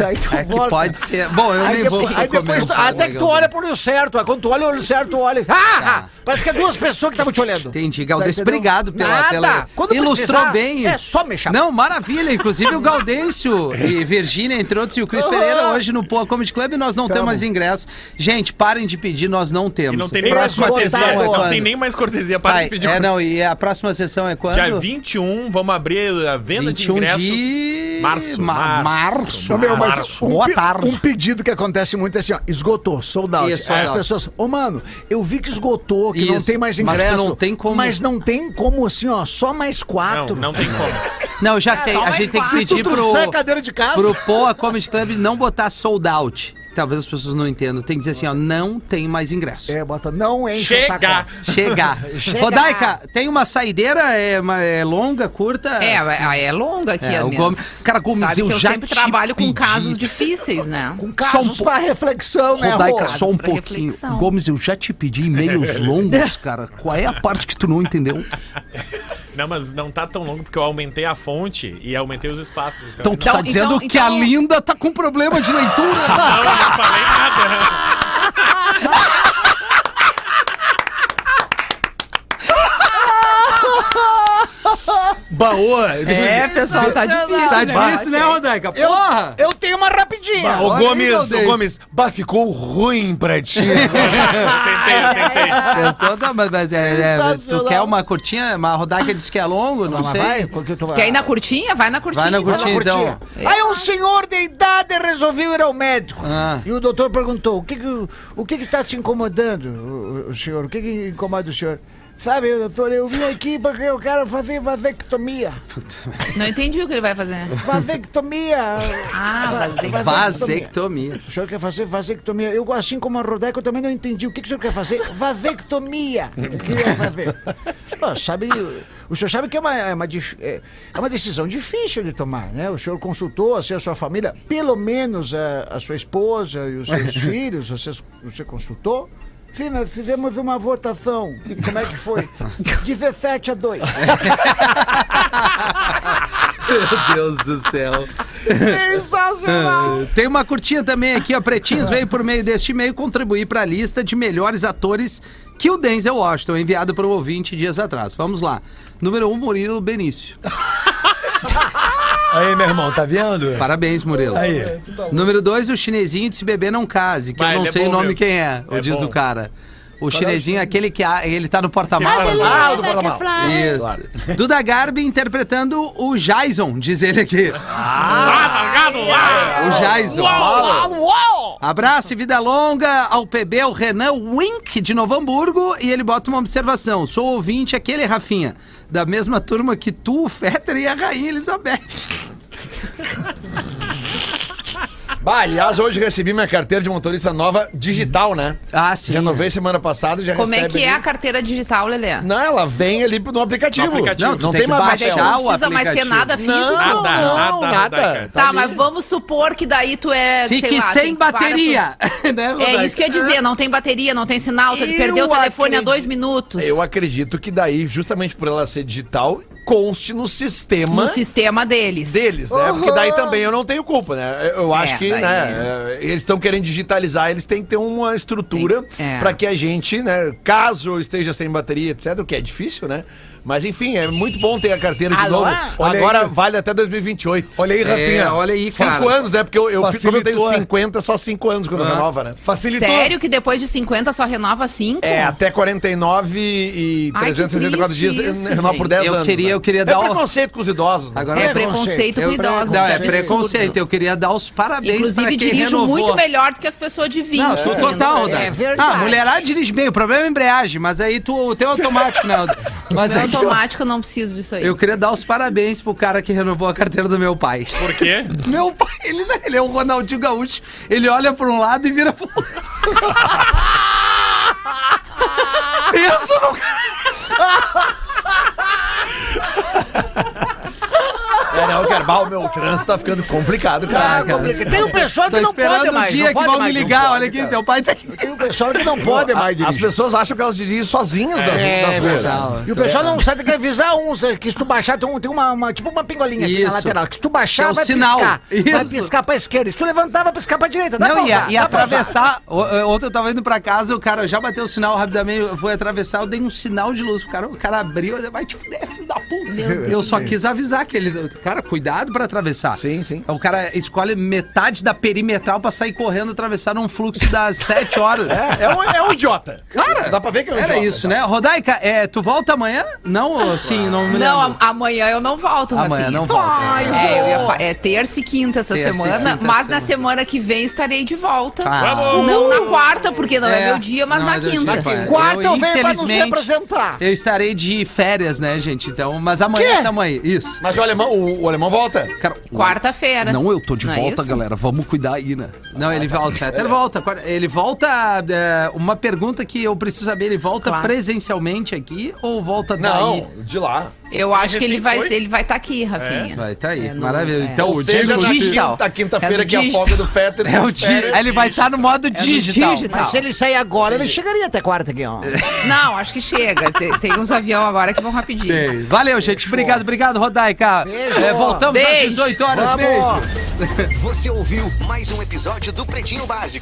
[SPEAKER 11] Aí tu
[SPEAKER 2] É que pode ser. Bom, eu
[SPEAKER 11] Aí,
[SPEAKER 2] nem
[SPEAKER 11] depo-
[SPEAKER 2] vou.
[SPEAKER 11] aí depois, tu- até que tu olha pro olho certo, aí quando tu olha o olho certo, tu olha.
[SPEAKER 2] Tá.
[SPEAKER 11] Ah, ah, parece que é duas pessoas que estavam te olhando.
[SPEAKER 2] Entendi, Galdês,
[SPEAKER 11] Tá entendendo?
[SPEAKER 2] obrigado pela,
[SPEAKER 11] Nada.
[SPEAKER 2] pela-
[SPEAKER 11] Quando
[SPEAKER 2] Ilustrou
[SPEAKER 11] precisar,
[SPEAKER 2] bem.
[SPEAKER 11] É só me chamar.
[SPEAKER 2] Não, maravilha. Inclusive o Gaudêncio e Virgínia, entre outros, e o Cris
[SPEAKER 11] Aham.
[SPEAKER 2] Pereira hoje no Poa Comedy Club e nós não temos mais ingressos. Gente, parem de pedir, nós não temos.
[SPEAKER 5] e não tem nem mais
[SPEAKER 2] Próxima
[SPEAKER 11] esgotado.
[SPEAKER 5] cortesia.
[SPEAKER 2] sessão é
[SPEAKER 5] Não
[SPEAKER 2] quando?
[SPEAKER 5] tem nem mais cortesia para
[SPEAKER 2] Vai,
[SPEAKER 5] de pedir.
[SPEAKER 2] é, não, e a próxima sessão é quando?
[SPEAKER 5] Dia 21, vamos abrir a venda de
[SPEAKER 2] 21 de
[SPEAKER 5] ingressos. Março,
[SPEAKER 2] ma- março.
[SPEAKER 5] março.
[SPEAKER 11] Ô, meu, mas
[SPEAKER 5] Março.
[SPEAKER 11] um,
[SPEAKER 2] Boa
[SPEAKER 11] pe-
[SPEAKER 2] tarde.
[SPEAKER 11] um pedido que acontece muito é assim, ó, esgotou, sold out.
[SPEAKER 2] Isso,
[SPEAKER 11] Aí
[SPEAKER 2] sold
[SPEAKER 11] as
[SPEAKER 2] out.
[SPEAKER 11] pessoas, ô mano, eu vi que esgotou, que não
[SPEAKER 2] Isso,
[SPEAKER 11] tem mais
[SPEAKER 2] mas que
[SPEAKER 11] ingresso.
[SPEAKER 2] não tem como.
[SPEAKER 11] Mas não tem como, assim, ó, só mais
[SPEAKER 5] Não,
[SPEAKER 11] quatro.
[SPEAKER 5] não tem como.
[SPEAKER 2] Não, eu já sei.
[SPEAKER 6] É, só
[SPEAKER 2] A
[SPEAKER 6] mais
[SPEAKER 2] gente tem que
[SPEAKER 6] quatro.
[SPEAKER 2] pedir
[SPEAKER 11] Tu trouxer a
[SPEAKER 2] pro,
[SPEAKER 11] cadeira de casa.
[SPEAKER 2] pro Poa Comedy Club não botar sold out. talvez as pessoas não entendam. Tem que dizer assim, ó, não tem mais ingresso.
[SPEAKER 11] É, bota não enche o
[SPEAKER 5] Chega!
[SPEAKER 11] saco.
[SPEAKER 2] Chegar.
[SPEAKER 11] Chega.
[SPEAKER 2] Rodaica, tem uma saideira? É, uma- é longa, curta?
[SPEAKER 6] É, a- é longa aqui,
[SPEAKER 2] É,
[SPEAKER 6] a
[SPEAKER 2] o
[SPEAKER 6] minha.
[SPEAKER 2] Gomes- Cara, Gomes,
[SPEAKER 6] Sabe
[SPEAKER 2] eu
[SPEAKER 6] que eu
[SPEAKER 2] já
[SPEAKER 6] sempre
[SPEAKER 2] te
[SPEAKER 6] trabalho
[SPEAKER 2] pedi.
[SPEAKER 6] com casos difíceis, né?
[SPEAKER 11] Com
[SPEAKER 2] Só um
[SPEAKER 11] casos
[SPEAKER 2] pouco.
[SPEAKER 11] pra reflexão, né,
[SPEAKER 2] Rodaica,
[SPEAKER 11] Rô?
[SPEAKER 2] só um
[SPEAKER 6] pra
[SPEAKER 2] pouquinho.
[SPEAKER 6] reflexão.
[SPEAKER 2] Gomes, eu já te pedi e-mails longos, cara. Qual é a parte que tu não entendeu?
[SPEAKER 5] Não, mas não tá tão longo porque eu aumentei a fonte e aumentei os espaços.
[SPEAKER 2] Então
[SPEAKER 5] Então,
[SPEAKER 2] tu tá
[SPEAKER 6] Então,
[SPEAKER 2] dizendo
[SPEAKER 6] então,
[SPEAKER 2] que a
[SPEAKER 6] então-
[SPEAKER 2] Linda tá com problema de leitura.
[SPEAKER 5] não, eu não falei nada.
[SPEAKER 4] Baô,
[SPEAKER 6] É, pessoal, tá difícil.
[SPEAKER 2] tá
[SPEAKER 6] né?
[SPEAKER 2] difícil, né, Rodaica? Porra!
[SPEAKER 11] Eu tenho uma
[SPEAKER 7] Ah,
[SPEAKER 11] rapidinha.
[SPEAKER 4] Ô
[SPEAKER 2] Olha aí,
[SPEAKER 4] Gomes,
[SPEAKER 2] Valdez.
[SPEAKER 4] ô Gomes, bah, ficou ruim pra ti.
[SPEAKER 5] Tentei, tentei.
[SPEAKER 2] Tentou, não, mas, mas é, é, tu
[SPEAKER 6] Tá
[SPEAKER 11] Sensacional.
[SPEAKER 2] quer uma curtinha? Mas a Rodaica disse que é longo, não,
[SPEAKER 11] Mas
[SPEAKER 2] sei.
[SPEAKER 11] vai, porque eu tô...
[SPEAKER 6] Quer ir na curtinha? Vai na curtinha.
[SPEAKER 2] Vai na
[SPEAKER 6] então.
[SPEAKER 2] curtinha, então.
[SPEAKER 11] É. Aí um senhor de idade resolveu ir ao médico.
[SPEAKER 2] Ah.
[SPEAKER 11] E o doutor perguntou: o que que, o que que tá te incomodando, o, o- o senhor? O que que incomoda o senhor? Sabe, doutor, eu vim aqui porque eu quero fazer vasectomia.
[SPEAKER 6] Não entendi o que ele vai fazer.
[SPEAKER 11] Vasectomia.
[SPEAKER 6] Ah, fazer.
[SPEAKER 2] Vasectomia.
[SPEAKER 11] O senhor quer fazer vasectomia? Eu, assim como a Rodaica, eu também não entendi. O que, que o senhor quer fazer? Vasectomia! Eu queria fazer. Bom, sabe, o senhor sabe que é uma, é, uma, dif- é- é uma decisão difícil de tomar, né? O senhor consultou assim, a sua família, pelo menos é, a, a sua esposa e os seus filhos, você, você consultou? Sim, nós fizemos uma votação. E como é que foi? 17 a 2.
[SPEAKER 2] Meu Deus do céu.
[SPEAKER 11] Sensacional!
[SPEAKER 2] Tem uma curtinha também aqui, ó. Pretinhos veio por meio deste e-mail contribuir para a lista de melhores atores que o Denzel Washington, enviado para o ouvinte dias atrás. Vamos lá. Número 1, um, Murilo Benício.
[SPEAKER 5] É.
[SPEAKER 4] Aí, meu irmão, tá vendo?
[SPEAKER 2] Parabéns, Murilo.
[SPEAKER 4] Aí.
[SPEAKER 2] Número 2, o chinesinho de Se Beber Não Case, que
[SPEAKER 5] Vai,
[SPEAKER 2] eu não
[SPEAKER 5] ele é
[SPEAKER 2] sei o
[SPEAKER 5] bom
[SPEAKER 2] nome
[SPEAKER 5] mesmo.
[SPEAKER 2] quem é, ou
[SPEAKER 5] É
[SPEAKER 2] diz
[SPEAKER 5] bom.
[SPEAKER 2] o cara. O chinesinho é aquele que a- ele tá no porta-malas.
[SPEAKER 5] Ah,
[SPEAKER 4] Ah, o do porta-mal.
[SPEAKER 2] Isso. Duda Garbi interpretando o Jason, diz ele aqui.
[SPEAKER 5] Ah, largado lá!
[SPEAKER 2] O Jason. Abraço e vida longa ao PB, o Renan Wink, de Novo Hamburgo, e ele bota uma observação. Sou ouvinte, aquele Rafinha, da mesma turma que tu, o Fetter e a Rainha Elizabeth.
[SPEAKER 4] Bah, aliás, hoje recebi minha carteira de motorista nova digital, né?
[SPEAKER 2] Ah, sim.
[SPEAKER 4] Renovei semana passada e já
[SPEAKER 6] Como é
[SPEAKER 4] recebe
[SPEAKER 6] que é
[SPEAKER 4] ali.
[SPEAKER 6] a carteira digital, Lelê?
[SPEAKER 4] Não, ela vem ali no aplicativo.
[SPEAKER 5] No aplicativo.
[SPEAKER 4] Não,
[SPEAKER 2] tu
[SPEAKER 4] não tem,
[SPEAKER 2] tem que
[SPEAKER 4] mais
[SPEAKER 2] baixar
[SPEAKER 4] papel.
[SPEAKER 2] Ah,
[SPEAKER 6] Não
[SPEAKER 2] o
[SPEAKER 6] precisa mais ter
[SPEAKER 2] aplicativo.
[SPEAKER 6] nada físico.
[SPEAKER 4] Não,
[SPEAKER 5] Nada,
[SPEAKER 4] não,
[SPEAKER 5] nada,
[SPEAKER 4] nada.
[SPEAKER 5] nada, cara.
[SPEAKER 6] Tá, mas vamos supor que daí tu é. sei
[SPEAKER 2] Fique
[SPEAKER 6] lá,
[SPEAKER 2] sem
[SPEAKER 6] tem- para
[SPEAKER 2] bateria. né,
[SPEAKER 6] com-
[SPEAKER 2] Rodaica?
[SPEAKER 6] É isso que eu ia dizer, não tem bateria, não tem sinal, tu
[SPEAKER 4] Eu
[SPEAKER 6] perdeu o telefone há
[SPEAKER 4] acredito-
[SPEAKER 6] dois minutos.
[SPEAKER 4] Eu acredito que daí, justamente por ela ser digital, conste no sistema
[SPEAKER 6] No sistema deles.
[SPEAKER 4] deles, né? Porque daí também eu não tenho culpa, né? Eu- Eu acho
[SPEAKER 6] É,
[SPEAKER 4] que,
[SPEAKER 6] daí-
[SPEAKER 4] né, eles estão querendo digitalizar, eles têm que ter uma estrutura
[SPEAKER 6] Tem- é.
[SPEAKER 4] pra que a gente, né, caso eu esteja sem bateria, etc, o que é difícil, né? Mas enfim, é muito bom ter a carteira de
[SPEAKER 11] Alô?
[SPEAKER 4] novo.
[SPEAKER 7] Olha
[SPEAKER 4] Agora
[SPEAKER 7] aí.
[SPEAKER 4] vale até 2028.
[SPEAKER 7] Olha aí,
[SPEAKER 2] É,
[SPEAKER 7] Rafinha.
[SPEAKER 2] olha aí, cara.
[SPEAKER 4] Cinco anos, né? Porque eu, eu, como eu
[SPEAKER 7] Facilitou,
[SPEAKER 4] tenho
[SPEAKER 7] é.
[SPEAKER 4] 50, só cinco anos quando renova, né?
[SPEAKER 7] Facilitou.
[SPEAKER 6] Sério que depois de 50 só renova 5?
[SPEAKER 4] É, até 49 e
[SPEAKER 6] Ai, que
[SPEAKER 4] 364 dias,
[SPEAKER 6] triste isso,
[SPEAKER 4] renova por
[SPEAKER 6] gente.
[SPEAKER 4] 10
[SPEAKER 2] Eu
[SPEAKER 4] anos.
[SPEAKER 2] queria-
[SPEAKER 4] né?
[SPEAKER 2] eu queria
[SPEAKER 4] é
[SPEAKER 2] dar um- o-
[SPEAKER 4] preconceito com os idosos. né?
[SPEAKER 2] Agora
[SPEAKER 6] É
[SPEAKER 2] eu-
[SPEAKER 6] preconceito com
[SPEAKER 2] eu-
[SPEAKER 6] idosos.
[SPEAKER 2] Não, é
[SPEAKER 6] absurdo.
[SPEAKER 2] preconceito. Eu queria dar os parabéns pra
[SPEAKER 6] Inclusive,
[SPEAKER 2] quem
[SPEAKER 6] dirijo
[SPEAKER 2] renovou.
[SPEAKER 6] muito melhor do que as pessoas de 20.
[SPEAKER 2] Não, tu total, Rodaica.
[SPEAKER 6] É verdade.
[SPEAKER 2] Ah, mulherada dirige bem. O problema é a embreagem, mas aí tu, o teu é automático, né? Mas
[SPEAKER 6] Meu
[SPEAKER 2] aí,
[SPEAKER 6] é automático, eu não preciso disso aí.
[SPEAKER 2] eu queria dar os parabéns pro cara que renovou a carteira do meu pai.
[SPEAKER 5] Por quê?
[SPEAKER 2] Meu pai, ele, ele é o Ronaldinho Gaúcho. Ele olha pra um lado e vira pro outro. Pensa no cara.
[SPEAKER 4] É, não, Kerbal, meu trânsito tá ficando complicado, cara.
[SPEAKER 11] Ah, complicado. Tem um pessoal
[SPEAKER 2] Tô
[SPEAKER 11] que não
[SPEAKER 2] esperando
[SPEAKER 11] pode
[SPEAKER 2] o
[SPEAKER 11] mais.
[SPEAKER 2] dia
[SPEAKER 11] não
[SPEAKER 2] que
[SPEAKER 11] pode
[SPEAKER 2] vão me
[SPEAKER 11] mais, não
[SPEAKER 2] ligar.
[SPEAKER 11] pode,
[SPEAKER 2] olha aqui,
[SPEAKER 11] cara.
[SPEAKER 2] teu pai tá aqui.
[SPEAKER 11] Tem um pessoal que não pode mais
[SPEAKER 4] As
[SPEAKER 11] dirigir.
[SPEAKER 4] pessoas acham que elas dirigem sozinhas nas,
[SPEAKER 2] É,
[SPEAKER 4] nas ruas.
[SPEAKER 11] E o pessoal não sabe, tem que avisar uns, eh, que se tu baixar, tem, um- tem uma, uma- tipo uma pingolinha aqui na
[SPEAKER 2] Isso.
[SPEAKER 11] lateral, que se tu baixar,
[SPEAKER 2] É o
[SPEAKER 11] vai
[SPEAKER 2] sinal.
[SPEAKER 11] piscar. Vai
[SPEAKER 2] Isso.
[SPEAKER 11] piscar pra esquerda, se tu levantar, vai piscar pra direita, dá pra
[SPEAKER 2] não, e,
[SPEAKER 11] usar,
[SPEAKER 2] e
[SPEAKER 11] dá pra
[SPEAKER 2] atravessar. O- eh, Ontem eu tava indo pra casa, o cara já bateu o sinal rapidamente, eu fui atravessar, eu dei um sinal de luz pro cara, o cara abriu, eu disse, vai te fuder, filho da puta. Eu só quis avisar que ele. Cara, cuidado pra atravessar.
[SPEAKER 4] Sim, sim.
[SPEAKER 2] O cara escolhe metade da perimetral pra sair correndo, atravessar num fluxo das 7 horas.
[SPEAKER 4] É, é um, é um idiota.
[SPEAKER 2] Cara,
[SPEAKER 4] dá pra ver que é um
[SPEAKER 2] era
[SPEAKER 4] idiota,
[SPEAKER 2] isso,
[SPEAKER 4] tá?
[SPEAKER 2] né? Rodaica, é, tu volta amanhã? Não, ou sim, não me lembro.
[SPEAKER 6] Não, am- amanhã eu não volto,
[SPEAKER 2] Amanhã
[SPEAKER 6] Rafinha.
[SPEAKER 2] não volta.
[SPEAKER 6] É, eu ia fa- é terça e quinta essa
[SPEAKER 2] Terça e
[SPEAKER 6] semana,
[SPEAKER 2] quinta
[SPEAKER 6] mas
[SPEAKER 2] semana.
[SPEAKER 6] na semana que vem estarei de volta.
[SPEAKER 2] Ah.
[SPEAKER 5] Vamos!
[SPEAKER 6] Não na quarta, porque não é, meu dia, mas
[SPEAKER 2] não
[SPEAKER 6] na
[SPEAKER 2] é meu
[SPEAKER 6] quinta.
[SPEAKER 2] dia, pai.
[SPEAKER 11] Quarta eu venho pra nos
[SPEAKER 2] infelizmente,
[SPEAKER 11] representar.
[SPEAKER 2] Eu estarei de férias, né, gente? Então mas amanhã estamos aí. Isso.
[SPEAKER 4] Mas o alemão, o, o alemão volta.
[SPEAKER 2] Cara, o-
[SPEAKER 6] Quarta-feira.
[SPEAKER 2] Não, eu tô de
[SPEAKER 6] Não é
[SPEAKER 2] volta,
[SPEAKER 6] isso?
[SPEAKER 2] galera. Vamos cuidar aí, né? Não, ele volta. Ele volta. Quar- Ele volta. é, uma pergunta que eu preciso saber: ele volta
[SPEAKER 6] Claro.
[SPEAKER 2] presencialmente aqui ou volta daí?
[SPEAKER 4] Não, de lá.
[SPEAKER 6] Eu acho que ele vai
[SPEAKER 5] Recém
[SPEAKER 6] estar
[SPEAKER 5] foi?
[SPEAKER 6] ele vai tá aqui, Rafinha.
[SPEAKER 2] Vai, tá aí.
[SPEAKER 6] É no-
[SPEAKER 2] Maravilha.
[SPEAKER 6] é.
[SPEAKER 2] Então,
[SPEAKER 4] Ou
[SPEAKER 2] o
[SPEAKER 4] seja,
[SPEAKER 2] Diego
[SPEAKER 4] na
[SPEAKER 6] digital.
[SPEAKER 4] quinta- quinta-feira
[SPEAKER 6] É no
[SPEAKER 4] que é a
[SPEAKER 6] digital.
[SPEAKER 4] folga do Fetter.
[SPEAKER 2] É o
[SPEAKER 4] nas
[SPEAKER 2] di-
[SPEAKER 4] férias.
[SPEAKER 2] Ele vai estar no modo É digital.
[SPEAKER 6] É digital.
[SPEAKER 11] Mas se ele sair agora, ele chegaria até quarta aqui, ó.
[SPEAKER 6] Não, acho que chega. Tem, tem uns avião agora que vão rapidinho.
[SPEAKER 2] Tem. Valeu, gente. Obrigado, obrigado, Rodaica.
[SPEAKER 11] Beijo.
[SPEAKER 2] É, voltamos às
[SPEAKER 6] Beijo.
[SPEAKER 2] 18 horas.
[SPEAKER 11] Vamos.
[SPEAKER 2] Beijo.
[SPEAKER 10] Você ouviu mais um episódio do Pretinho Básico.